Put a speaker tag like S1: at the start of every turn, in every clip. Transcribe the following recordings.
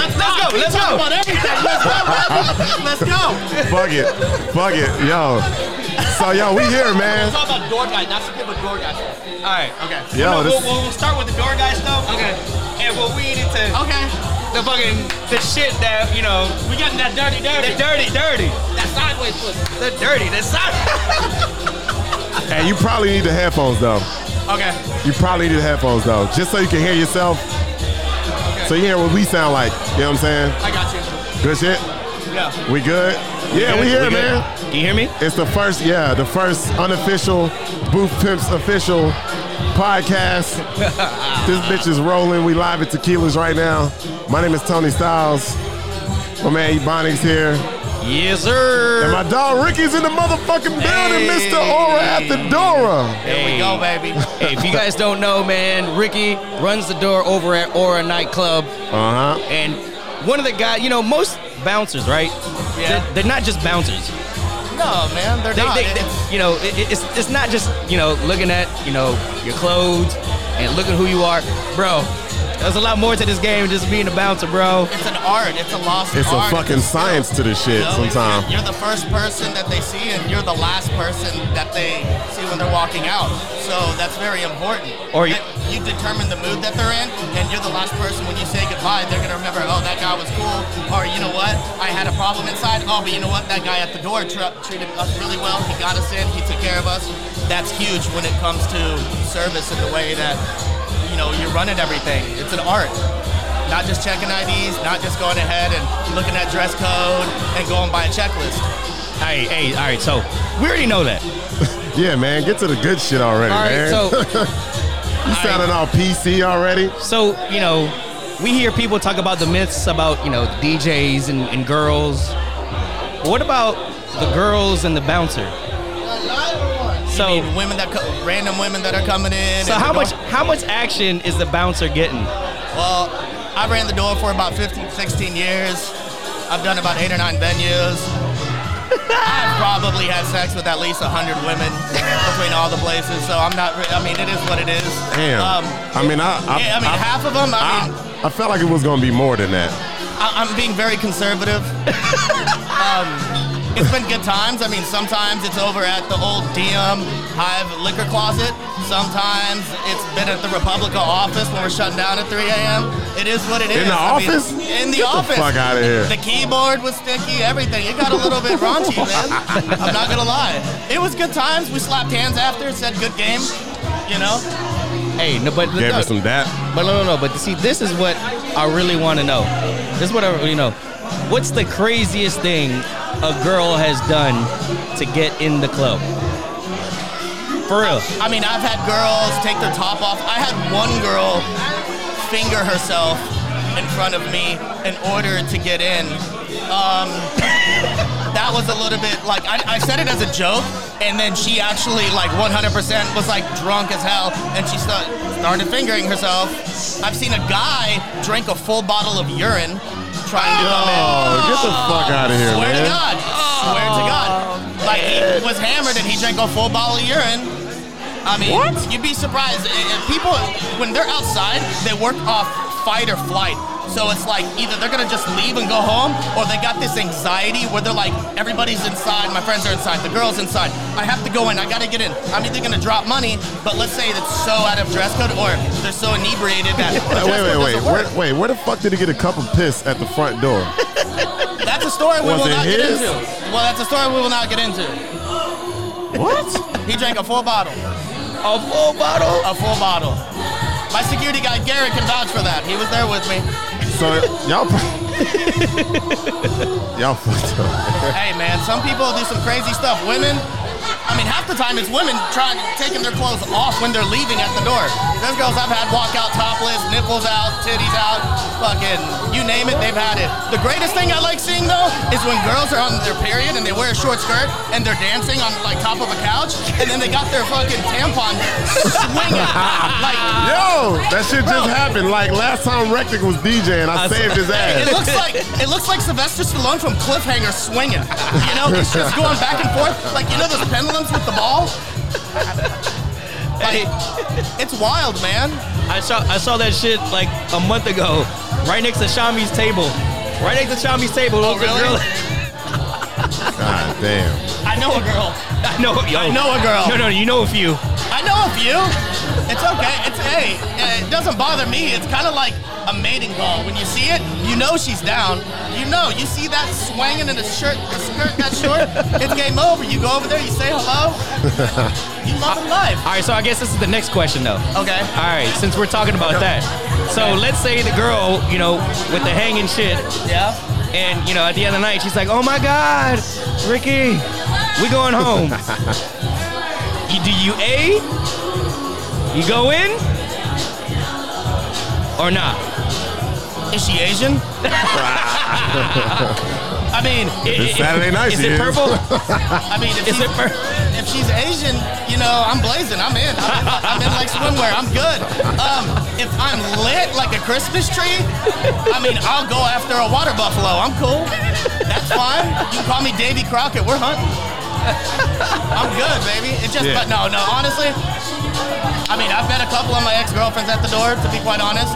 S1: Let's talk about everything. Let's go. brother. Let's go.
S2: Fuck it. Fuck it. Yo. So, yo, we here, man.
S1: Let's talk about door guys. Not skip with door guys.
S3: All right.
S1: Okay.
S2: Yo,
S3: No, we'll,
S2: this,
S3: we'll, we'll start with the door guy stuff.
S1: Okay.
S3: And we'll weed into
S1: Okay.
S3: the fucking the shit that you know
S1: We got that dirty,
S3: the
S1: dirty.
S3: dirty, dirty,
S1: That sideways pussy.
S3: the dirty, the side.
S2: hey, you probably need the headphones, though.
S1: Okay.
S2: You probably need the headphones, though, just so you can hear yourself. So you hear what we sound like. You know what I'm saying?
S1: I got you.
S2: Good shit?
S1: Yeah.
S2: We good? Yeah, we here, man.
S3: Can you hear me?
S2: It's the first, yeah, the first unofficial Booth Pimps official podcast. this bitch is rolling. We live at Tequila's right now. My name is Tony Styles. My man Ebonics here.
S3: Yes, sir.
S2: And my dog Ricky's in the motherfucking building,
S3: Hey.
S2: Mr. Aura at the Dora.
S1: There we go, baby.
S3: Hey, if you guys don't know, man, Ricky runs the door over at Aura Nightclub,
S2: Uh huh.
S3: and one of the guys, you know, most bouncers, right?
S1: Yeah.
S3: They're, they're not just bouncers.
S1: No, man. They're
S3: They,
S1: not.
S3: they, they- you know, it, it- it's it's not just you know looking at you know your clothes and looking who you are, bro. There's a lot more to this game than just being a bouncer, bro.
S1: it's an art. It's a lost
S2: It's a
S1: art.
S2: fucking science to this shit
S1: No, it's-
S2: sometimes.
S1: You're, you're the first person that they see, and you're the last person that they see when they're walking out. So that's very important.
S3: Or you-
S1: That you determine the mood that they're in, and you're the last person when you say goodbye. They're gonna remember, oh, that guy was cool, or you know what, I had a problem inside. Oh, but you know what, that guy at the door tr- treated us really well. He got us in. He took care of us. That's huge when it comes to service in the way that you know you're running everything. It's an art not just checking IDs, not just going ahead and looking at dress code and going by a checklist.
S3: Hey, hey, all right. So we already know that.
S2: Yeah, man, get to the good shit already,
S3: All right,
S2: man.
S3: so-
S2: you sounding all PC already?
S3: So, you know, we hear people talk about the myths about, you know, DJs and, and girls. What about the girls and the bouncer? So,
S1: And women that co- random women that are coming in.
S3: Oh. so
S1: and
S3: how
S1: the door-
S3: much how much action is the bouncer getting?
S1: Well, I ran the door for about 15, 16 years. I've done about eight or nine venues. I've probably had sex with at least 100 women between all the places, so I'm not, re- I mean, it is what it is.
S2: Damn.
S1: Um,
S2: I mean, I, I,
S1: yeah, I mean,
S2: I-
S1: half of them, I mean,
S2: I, I felt like it was gonna be more than that.
S1: I, I'm being very conservative. um, it's been good times. I mean, sometimes it's over at the old DM Hive liquor closet. Sometimes it's been at the Republica office when we're shutting down at 3 a.m. It is what it is.
S2: In the
S1: I mean,
S2: office?
S1: in
S2: Get
S1: the
S2: the
S1: office.
S2: fuck outta here.
S1: The keyboard was sticky. Everything. It got a little bit raunchy, man. I'm not gonna lie. It was good times. We slapped hands after. Said good game. You know.
S3: Hey, no, but
S2: Gave
S3: no,
S2: her some that.
S3: but no, no, no. But see, this is what I really want to know. This is what I really know. What's the craziest thing a girl has done to get in the club? For real.
S1: I mean, I've had girls take their top off. I had one girl finger herself in front of me in order to get in. Um, that was a little bit like I, I said it as a joke, and then she actually like 100% was like drunk as hell, and she sta- started fingering herself. I've seen a guy drink a full bottle of urine trying to come in.
S2: Oh, get the fuck out of here,
S1: Swear
S2: man.
S1: to God. Swear to God. Like, he was hammered and he drank a full bottle of urine. I mean, you'd be surprised. Uh, uh, People, when they're outside, they work off fight or flight. So it's like either they're gonna just leave and go home, or they got this anxiety where they're like, everybody's inside, my friends are inside, the girl's inside. I have to go in, I gotta get in. I'm either gonna drop money, but let's say that's so out of dress code, or they're so inebriated that.
S2: Wait,
S1: the dress
S2: wait, wait,
S1: code doesn't
S2: wait,
S1: work.
S2: where, wait. Where the fuck did he get a cup of piss at the front door?
S1: That's a story we
S2: Was
S1: will
S2: it
S1: not get
S2: his?
S1: into. Well, that's a story we will not get into.
S2: what?
S1: He drank a full bottle.
S3: A full bottle.
S1: A full bottle. My security guy Garrett can vouch for that. He was there with me.
S2: So y'all, pro- y'all fucked up.
S1: Hey man, some people do some crazy stuff. Women, I mean half the time it's women trying taking their clothes off when they're leaving at the door. There's girls I've had walk out topless, nipples out, titties out, fucking you name it, they've had it. The greatest thing I like seeing though is when girls are on their period and they wear a short skirt and they're dancing on like top of a couch and then they got their fucking tampon swinging like
S2: Yo, that shit just happened. Like last time Rectic was DJing, I,
S3: I
S2: saved his
S1: It
S2: ass.
S1: looks like it looks like Sylvester Stallone from Cliffhanger swinging. You know, it's just going back and forth, like you know those pendulums with the ball. Like, it's wild, man.
S3: I saw I saw that shit like a month ago, right next to Shami's table. Right next to Chami's table.
S1: Oh,
S3: was a
S1: really?
S3: girl-
S2: God damn.
S1: I know a girl.
S3: I know. Yo.
S1: I know a girl.
S3: No, no, you know a few.
S1: I know a few. It's okay. It's hey, eh, it doesn't bother me. It's kind of like a mating call. When you see it, you know she's down. You know, you see that swinging in a shirt, a skirt that short. it's game over. You go over there, you say hello. you love in life.
S3: All right, so I guess this is the next question, though.
S1: Okay.
S3: All right, since we're talking about that. So let's say the girl, you know, with the hanging shit,
S1: Yeah.
S3: and, you know, at the end of the night, she's like, oh my God, Ricky, we going home. you, do you A, you go in, or not?
S1: Is she Asian? I mean,
S3: It-
S2: It's
S3: it-
S2: Saturday night,
S3: Is
S2: she
S3: it
S2: is.
S3: purple?
S1: I mean, if,
S3: Is
S1: she's,
S3: it purple?
S1: if she's Asian, you know, I'm blazing. I'm in. I'm in, I'm in like swimwear. I'm good. Um, if I'm lit like a Christmas tree, I mean, I'll go after a water buffalo. I'm cool. That's fine. You can call me Davy Crockett. We're hunting. I'm good, baby. It just,
S2: Yeah.
S1: but no, no. Honestly, I mean, I've met a couple of my ex-girlfriends at the door. To be quite honest.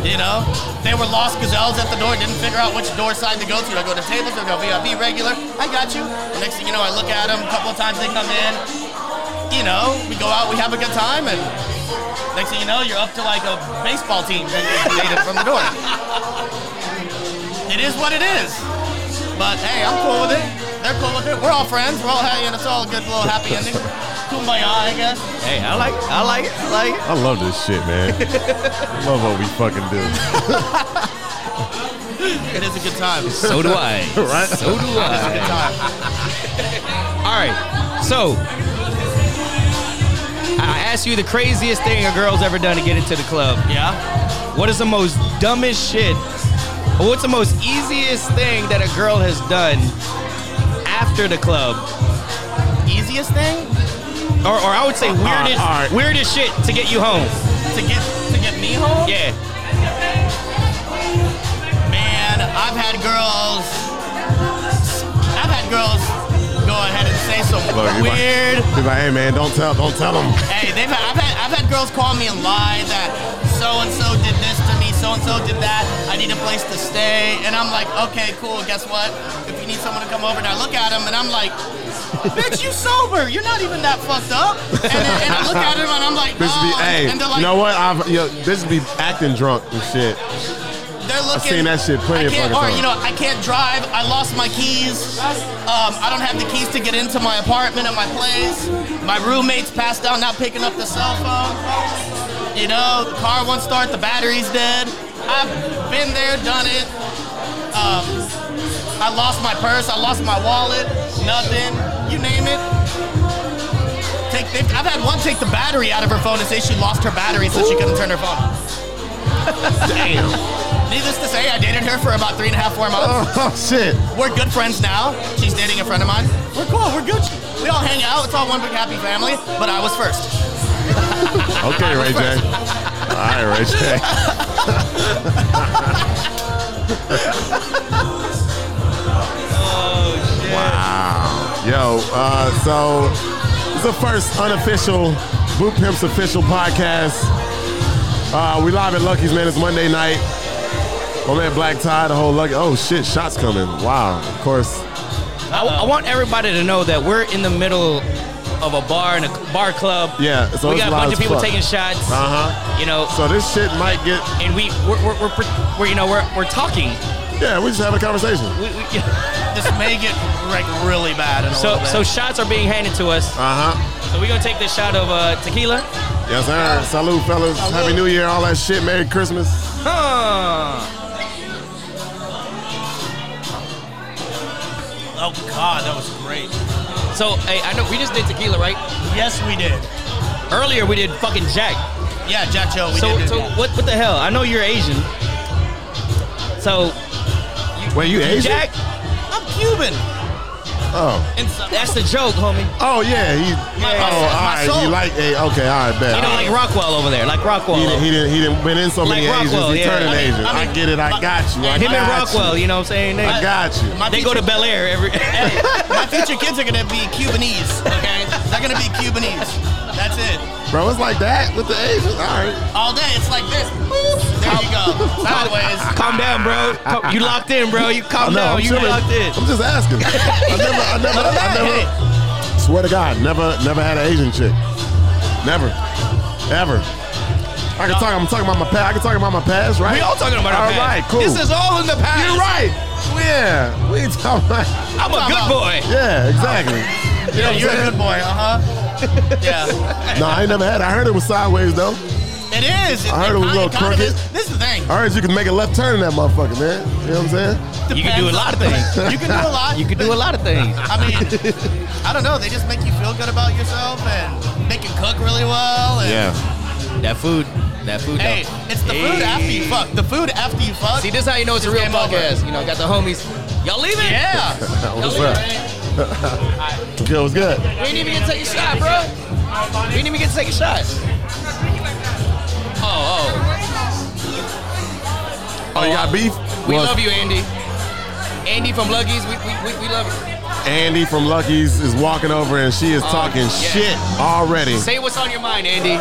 S1: You know, they were lost gazelles at the door, didn't figure out which door side to go to. Do I go to tables or do I go VIP regular? I got you. Next thing you know, I look at them a couple of times. They come in. You know, we go out, we have a good time, and next thing you know, you're up to like a baseball team that you created from the door. It is what it is. But hey, I'm cool with it. They're cool with it. We're all friends. We're all happy, and it's all a good little happy ending. Kumbaya, I guess.
S3: hey, I like it. I like it. I like it.
S2: I love this shit, man. love what we fucking do.
S1: It is a good time. It's
S3: So do I.
S2: Right?
S3: So do
S1: a
S3: I.
S1: good time.
S3: All right. So I asked you the craziest thing a girl's ever done to get into the club.
S1: Yeah.
S3: What is the most dumbest shit? Or what's the most easiest thing that a girl has done after the club?
S1: Easiest thing?
S3: Or, or I would say weirdest,
S2: Uh, all right.
S3: weirdest shit to get you home.
S1: to get to get me home.
S3: Yeah.
S1: Man, I've had girls. I've had girls go ahead and say some
S2: Look, you might-
S1: weird.
S2: He's like, hey, man, don't tell, don't tell them.
S1: Hey, they've had, I've had I've had girls call me and lie that so and so did this to me, so and so did that. I need a place to stay, and I'm like, okay, cool. Guess what? If you need someone to come over, and I look at him, and I'm like. Bitch, you sober. You're not even that fucked up. And, then, and I look at him and I'm like, no.
S2: This be, hey,
S1: and, and they're like,
S2: you know what? I've, yo, this be acting drunk and shit.
S1: They're
S2: seen
S1: looking.
S2: that shit plenty
S1: I
S2: of
S1: can't,
S2: fucking
S1: or,
S2: times.
S1: you know, I can't drive. I lost my keys. Um, I don't have the keys to get into my apartment at my place. My roommate's passed out, not picking up the cell phone. You know, the car won't start. The battery's dead. I've been there, done it. Um, I lost my purse. I lost my wallet. Nothing. You name it. Take. they've- I've had one take the battery out of her phone and say she lost her battery, so she couldn't turn her phone. on.
S2: Damn.
S1: Needless to say, I dated her for about three and a half, four months.
S2: Oh, shit.
S1: We're good friends now. She's dating a friend of mine. We're cool. We're good. We all hang out. It's all one big happy family. But I was first.
S2: Okay, Ray J. All right, Ray J.
S3: Oh,
S2: Wow. Yo, uh, so it's the first unofficial Boot Pimps official podcast. Uh, we live at Lucky's, man. It's Monday night. My man Black Tie, the whole Lucky. Oh shit, shots coming. Wow. Of course.
S3: I, I want everybody to know that we're in the middle of a bar and a bar club.
S2: Yeah. So
S3: we
S2: it's
S3: got a
S2: loud
S3: bunch of
S2: as
S3: people
S2: fuck.
S3: taking shots.
S2: Uh-huh.
S3: You know,
S2: So this shit might get.
S3: and we we're, we're, we're, pre- we're you know we're, we're talking.
S2: Yeah, we just having a conversation.
S3: We, we,
S1: This may get like really bad. In a
S3: so
S1: little
S3: so
S1: bit.
S3: shots are being handed to us.
S2: Uh huh.
S3: So we're gonna take this shot of uh, tequila.
S2: Yes, sir. Salute, fellas. Happy New Year, all that shit. Merry Christmas.
S3: Huh.
S1: oh god, that was great.
S3: So hey, I know we just did tequila, right?
S1: Yes, we did.
S3: Earlier we did fucking Jack.
S1: Yeah, Jack Joe. We
S3: so
S1: did. do
S3: so
S1: that.
S3: what what the hell? I know you're Asian. So
S2: Wait, you Asian?
S3: Jack,
S1: I'm Cuban. uh,
S2: Oh.
S1: And so,
S3: that's the joke, homie.
S2: Oh, yeah. He,
S1: My- my-
S2: oh,
S1: my
S2: all right.
S1: soul.
S2: You like, hey, okay, all right, bet.
S3: You know, like Rockwell over there, like Rockwell.
S2: he didn't, he didn't, he didn't been in so many
S3: Like
S2: Asians.
S3: Rockwell,
S2: he
S3: yeah.
S2: turned
S3: I
S1: mean-
S2: Asian.
S1: I
S2: I,
S1: mean-
S2: get it. I got you. I
S3: Him and
S2: got
S3: Rockwell,
S2: You.
S3: you know what I'm saying? They,
S2: I got you.
S1: my
S3: they go
S1: future,
S3: to Bel Air every.
S1: My future kids are gonna be Cubanese. Okay, they're gonna be Cubanese. That's it.
S2: Bro, it's like that with the Asians. All right.
S1: All day, it's like this. Boop. They're There you go. Sideways.
S3: Calm down, bro. Calm- You locked in, bro. You calm
S2: No,
S3: down.
S2: I'm
S3: You
S2: chilling.
S3: locked in.
S2: I'm just asking. I never, I never, I
S1: Hey,
S2: never. Swear to God, never, never had an Asian chick. Never, ever. I can talk. I'm talking about my past. I can talk about my past, right?
S3: We all talking about our
S2: All right,
S3: past.
S2: cool.
S3: This is all in the past.
S2: You're right. Yeah, we talking. About,
S3: I'm a good boy.
S2: yeah, exactly. You know what
S1: Yeah,
S2: I'm
S1: you're a
S2: saying?
S1: good boy, uh huh. Yeah.
S2: No, I ain't never had. it. I heard it was sideways though.
S1: It is.
S2: I heard it was a little
S1: kind- kind of
S2: crooked.
S1: is. This is the thing.
S2: I heard you could make a left turn in that motherfucker, man. You know what I'm saying?
S3: You can do a lot of things.
S1: You can do a lot.
S3: You can do a lot of things.
S1: I mean, I don't know. They just make you feel good about yourself, and they can cook really well. And
S3: That food. That food.
S1: Hey,
S3: though.
S1: it's the
S3: Hey.
S1: food after you fuck. The food after you fuck.
S3: See, this is how you know it's a real
S1: game over.
S3: podcast. You know, got the homies. Y'all leaving?
S1: yeah.
S2: Oh, What's up? Good, what's good?
S3: We ain't even gonna take a shot, bro. We ain't even gonna take a shot. Oh, oh.
S2: Oh, you got beef?
S3: We
S2: Well,
S3: love you, Andy. Andy from Luggies, we, we, we, we love you.
S2: Andy from Lucky's is walking over and she is talking
S3: Oh, yeah.
S2: shit already.
S3: Say what's on your mind, Andy.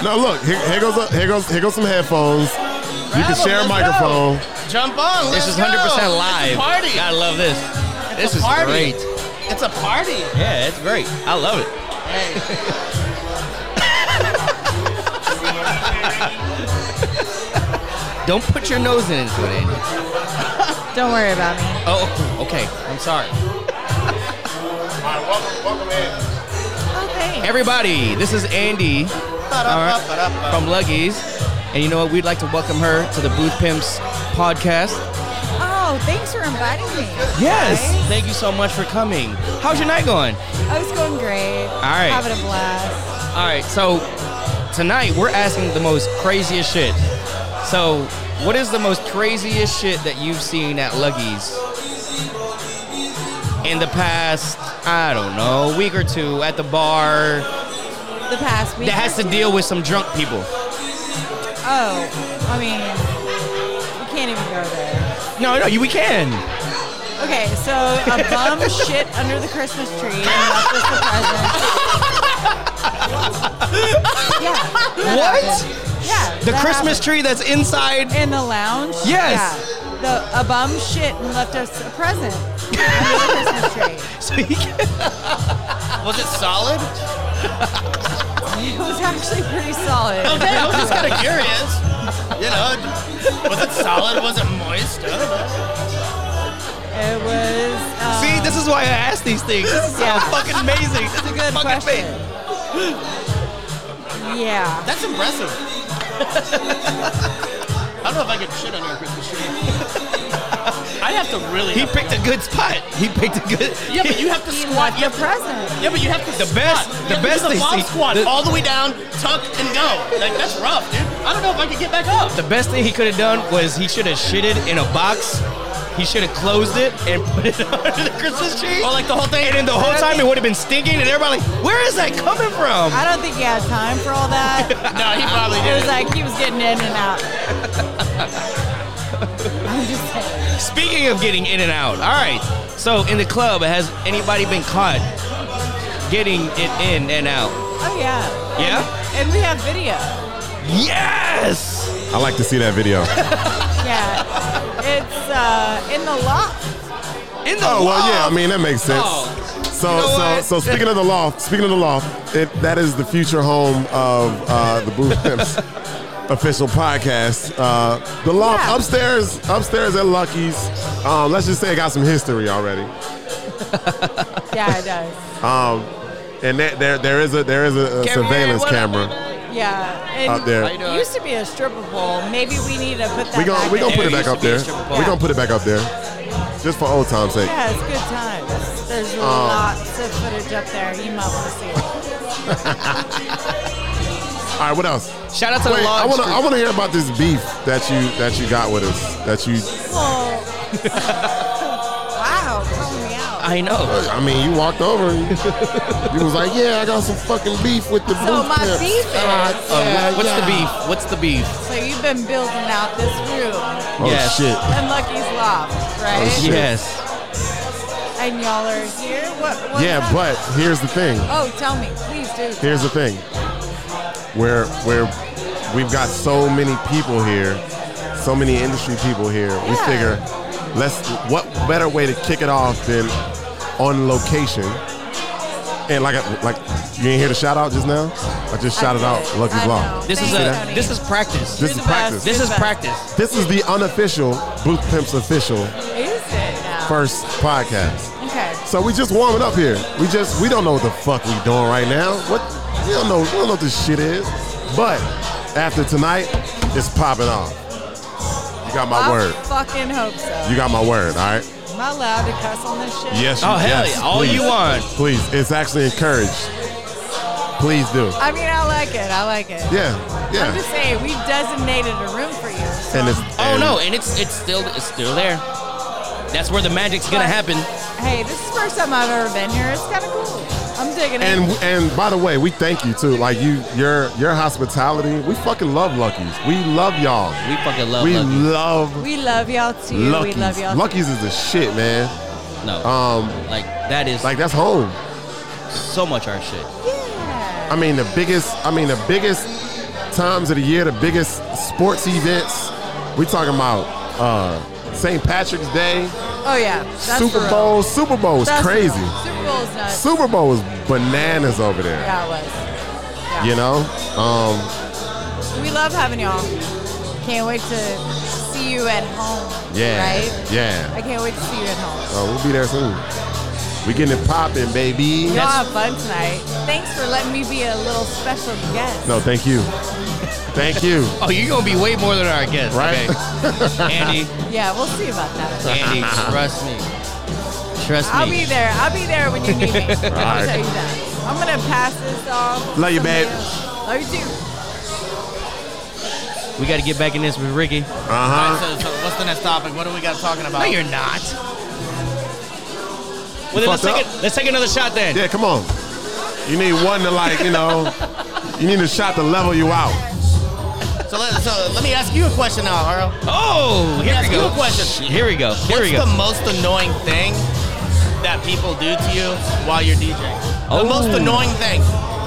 S2: No, look, here, here goes a- here goes here goes some headphones. You can
S1: Grab 'em,
S2: share a
S1: let's
S2: microphone.
S1: Jump on.
S3: This
S1: let's
S3: is
S1: go.
S3: 100% live.
S1: It's a party.
S3: I love this.
S1: It's
S3: This
S1: a
S3: is
S1: party.
S3: great.
S1: It's a party.
S3: Yeah, it's great. I love it.
S1: Hey,
S3: Don't put your nose into it, Andy.
S4: Don't worry about me.
S3: Oh, okay. I'm sorry.
S2: welcome, welcome in.
S4: Oh, thanks.
S3: Everybody, this is Andy
S1: Ba-da-ba-ba-da-ba.
S3: from Luggies. And you know what? We'd like to welcome her to the Booth Pimps podcast.
S4: Oh, thanks for inviting me. Guys.
S3: Thank you so much for coming. How's your night going?
S4: I was going great. All
S3: right.
S4: Having a blast.
S3: All right, so tonight we're asking the most craziest shit. So, what is the most craziest shit that you've seen at Luggies in the past, I don't know, week or two at the bar
S4: The past week.
S3: that has to deal with some drunk people?
S4: Oh, I mean, we can't even go there.
S3: No, no, you, we can.
S4: Okay, so a bum shit under the Christmas tree and left us the present. yeah. that
S3: What?
S4: happened. Yeah.
S3: The
S4: that
S3: Christmas tree that's inside.
S4: happened. in the lounge.
S3: Yes.
S4: Yeah. The a bum shit and left us a present under the Christmas tree.
S3: So you can,
S1: Was it solid?
S4: It was actually pretty solid.
S1: Okay, I was just kind of curious. You know, was it solid? Was it moist? I don't know.
S4: It was. Um,
S3: see, this is why I ask these things. This is
S4: Yeah.
S3: so fucking amazing. This
S4: That's
S3: is
S4: a good
S3: fucking
S4: question.
S3: amazing.
S4: Yeah.
S1: That's impressive. I don't know if I could shit under a Christmas tree. I'd have to really.
S3: He picked a good spot. He picked a good.
S1: yeah, but you have to
S4: He
S1: squat.
S4: left
S1: You have
S4: the
S1: to,
S4: present.
S1: yeah, but you have to
S3: The best- the
S1: squat. You have to
S3: best
S1: do the
S3: they
S1: bomb
S3: see-
S1: squat
S3: the-
S1: all the way down, tuck and go. Like that's rough, dude. I don't know if I could get back up.
S3: The best thing he could have done was he should have shitted in a box. He should have closed it and put it under the Christmas tree.
S1: Or like the whole thing.
S3: and then the whole time it would have been stinking, and everybody like, "Where is that coming from?"
S4: I don't think he had time for all that.
S1: No, he probably
S4: It
S1: did.
S4: was like he was getting in and out. I'm just saying.
S3: Speaking of getting in and out, all right. So in the club, has anybody been caught getting it in and out?
S4: Oh yeah.
S3: Yeah.
S4: And we have video.
S3: Yes.
S2: I like to see that video.
S4: Yeah. It's uh, in the loft.
S3: In the
S2: Oh well, yeah. I
S3: loft.
S2: mean, that makes sense.
S3: Oh.
S2: So,
S3: You know what?
S2: so, so speaking of the loft, speaking of the loft, it, that is the future home of uh, the Booth Pimps official podcast. Uh, the loft
S4: Yeah.
S2: upstairs, upstairs at Lucky's. Um, let's just say it got some history already,
S4: Yeah, it does.
S2: Um, and that, there there is a there is a, a surveillance camera.
S4: Yeah. And
S2: Out there. How
S3: you doing?
S4: Used to be a stripper pole. Maybe we need to put that.
S2: We gonna
S4: back
S2: we gonna
S4: in.
S2: put it
S3: There
S2: back
S3: used
S2: up
S3: to be a
S2: there.
S3: strip
S2: We
S4: club.
S2: gonna put it back up there, just for old times' sake.
S4: Yeah, it's good times. There's
S2: Um,
S4: lots of footage up there. You might want to see it.
S2: All right, what else?
S3: Shout out to
S2: Wait,
S3: the
S2: I
S3: lodge.
S2: wanna I wanna hear about this beef that you that you got with us. That you,
S4: Well, wow, calling me out.
S3: I know.
S2: I mean, you walked over. and You was like, yeah, I got some fucking beef with the
S4: So
S2: Booth
S4: my
S2: Pimps."
S4: beef is-
S2: Ah, yeah,
S3: Um, What's the
S2: yeah.
S3: beef? What's the beef?
S4: So you've been building out this room
S2: Oh
S3: Yes.
S2: shit.
S4: and Lucky's Loft, right?
S2: Oh, shit.
S3: Yes.
S4: And y'all are here. What? what
S2: Yeah,
S4: happened?
S2: but here's the thing.
S4: Oh, tell me, please do.
S2: Here's the thing. where where we've got so many people here, so many industry people here. We
S4: Yeah.
S2: figure, let's what better way to kick it off than on location. And like I- like you didn't hear the shout out just now? I just shouted out Lucky's
S4: I
S2: Law.
S4: know.
S3: This is
S4: Thanks,
S3: a
S4: Tony.
S3: this is practice.
S2: This
S4: You're
S2: is
S4: the best.
S2: practice.
S3: This
S4: You're
S3: is
S4: the best.
S3: practice.
S2: This is the unofficial Booth Pimps official
S4: Is it now?
S2: first podcast.
S4: Okay.
S2: So we just warming up here. We just we don't know what the fuck we doing right now. What we don't know we don't know what this shit is. But after tonight, it's popping off. You got my
S4: I
S2: word.
S4: fucking hope so.
S2: You got my word. All right.
S4: Am I allowed to cuss on this shit?
S2: Yes.
S3: Oh hell
S2: yes,
S3: yeah! All
S2: please.
S3: you want.
S2: Please, it's actually encouraged. Please do.
S4: I mean, I like it. I like it.
S2: Yeah.
S4: I'm
S2: Yeah.
S4: just saying, we designated a room for you. So
S2: And it's
S3: Oh
S2: and-
S3: no, and it's it's still it's still there. That's where the magic's gonna
S4: But-
S3: happen.
S4: Hey, this is the first time I've ever been here. It's kind of cool. I'm digging
S2: And
S4: it.
S2: and by the way, we thank you too. Like you, your your hospitality. We fucking love Lucky's. We love y'all.
S3: We fucking love
S2: we
S3: Lucky.
S2: love
S4: We love y'all too.
S2: Lucky's.
S4: We love y'all.
S2: Lucky's is the shit, man.
S3: No,
S2: Um,
S3: like that is
S2: like that's home.
S3: so much our shit.
S4: too. Yeah.
S2: I mean the biggest. I mean the biggest times of the year, the biggest sports events. We talking about uh, St. Patrick's Day,
S4: Oh yeah. That's for
S2: Super
S4: real.
S2: Bowl. Super Bowl is
S4: That's for real.
S2: crazy.
S4: Super Bowl's nuts.
S2: Super Bowl is bananas over there.
S4: yeah, it was.
S2: You know, um,
S4: We love having y'all. Can't wait to see you at home.
S2: yeah,
S4: Right?
S2: yeah.
S4: I can't wait to see you at home.
S2: Uh, we'll be there soon. We getting it popping, baby.
S4: Y'all
S3: That's-
S4: have fun tonight. Thanks for letting me be a little special guest.
S2: No, thank you. Thank you. Uh-huh.
S3: Oh, you're gonna be way more than our guest,
S2: Right?
S3: Okay. Andy,
S4: Yeah, we'll see about that.
S3: Andy, trust me, trust
S4: I'll
S3: me.
S4: be there. I'll be there when you need me. I'll
S2: right.
S4: tell you that. I'm gonna pass this off. to
S2: Love you,
S4: somebody
S2: babe.
S4: else. Love you too.
S3: We got to get back in this with Ricky.
S2: Uh huh.
S1: So, so what's the next topic? What do we got talking about?
S3: No, you're not. Well, then let's
S2: fucked
S3: take, it, let's take another shot then.
S2: Yeah, come on. You need one to like, you know. You need a shot to level you out.
S1: So let, so let me ask you a question now, Earl.
S3: Oh, here
S1: Let me
S3: we
S1: ask
S3: go.
S1: you a question.
S3: Here we go. Here
S1: What's
S3: we go.
S1: the most annoying thing that people do to you while you're DJing?
S3: Oh.
S1: The most annoying thing.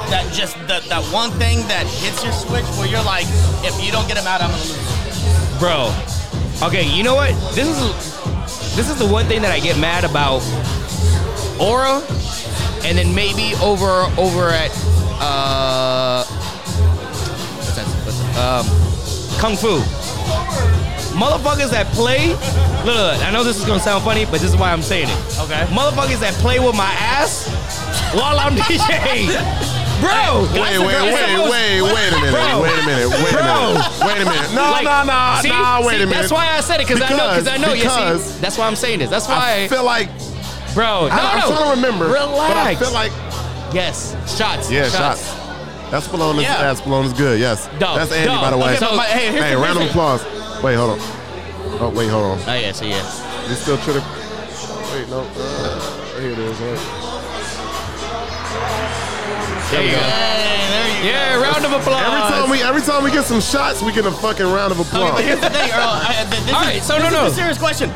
S1: That just that, that one thing that hits your switch where you're like, if you don't get him out, I'm gonna lose.
S3: bro. Okay, you know what? This is this is the one thing that I get mad about. Aura, and then maybe over over at uh, what's that, what's that, um, Kung Fu. Motherfuckers that play, look, look, I know this is gonna sound funny, but this is why I'm saying it.
S1: Okay.
S3: Motherfuckers that play with my ass while I'm DJing, bro. that's the-
S2: Wait, wait,
S3: that's the
S2: wait,
S3: most-
S2: wait, wait a minute.
S3: Bro.
S2: Wait a minute. Wait a minute. Wait a minute. No,
S3: Like,
S2: no, no,
S3: see?
S2: no. Wait
S3: See,
S2: a minute.
S3: That's why I said it because I know because I know. yeah,
S2: Because-
S3: see, that's why I'm saying this. That's
S2: I
S3: why,
S2: feel like
S3: bro. No,
S2: I, am
S3: no.
S2: trying to remember. But I
S3: Relax.
S2: feel like
S3: yes, shots.
S2: yeah, shots.
S3: shots.
S2: That's Spallone. Is,
S1: Yeah.
S2: yeah. That's Spallone is good. Yes.
S3: Dog,
S2: That's Andy,
S3: dog.
S2: by the way.
S3: Okay, but my-
S1: hey, here's
S2: hey,
S1: the
S2: round of
S1: reason.
S2: applause. Wait, hold on. Oh, wait, hold on.
S3: Oh yeah, so yeah.
S2: You still trying to? Wait, no. Uh, here it is. Right.
S3: There you go.
S1: Hey, there you
S3: Yeah, round of applause.
S2: Every time we, every time we get some shots, we get a fucking round of
S1: go. Okay,
S2: applause.
S1: but here's the thing, Earl. I, th- this
S3: All
S1: is,
S3: right, so
S1: this
S3: no,
S1: is
S3: no.
S1: a serious question.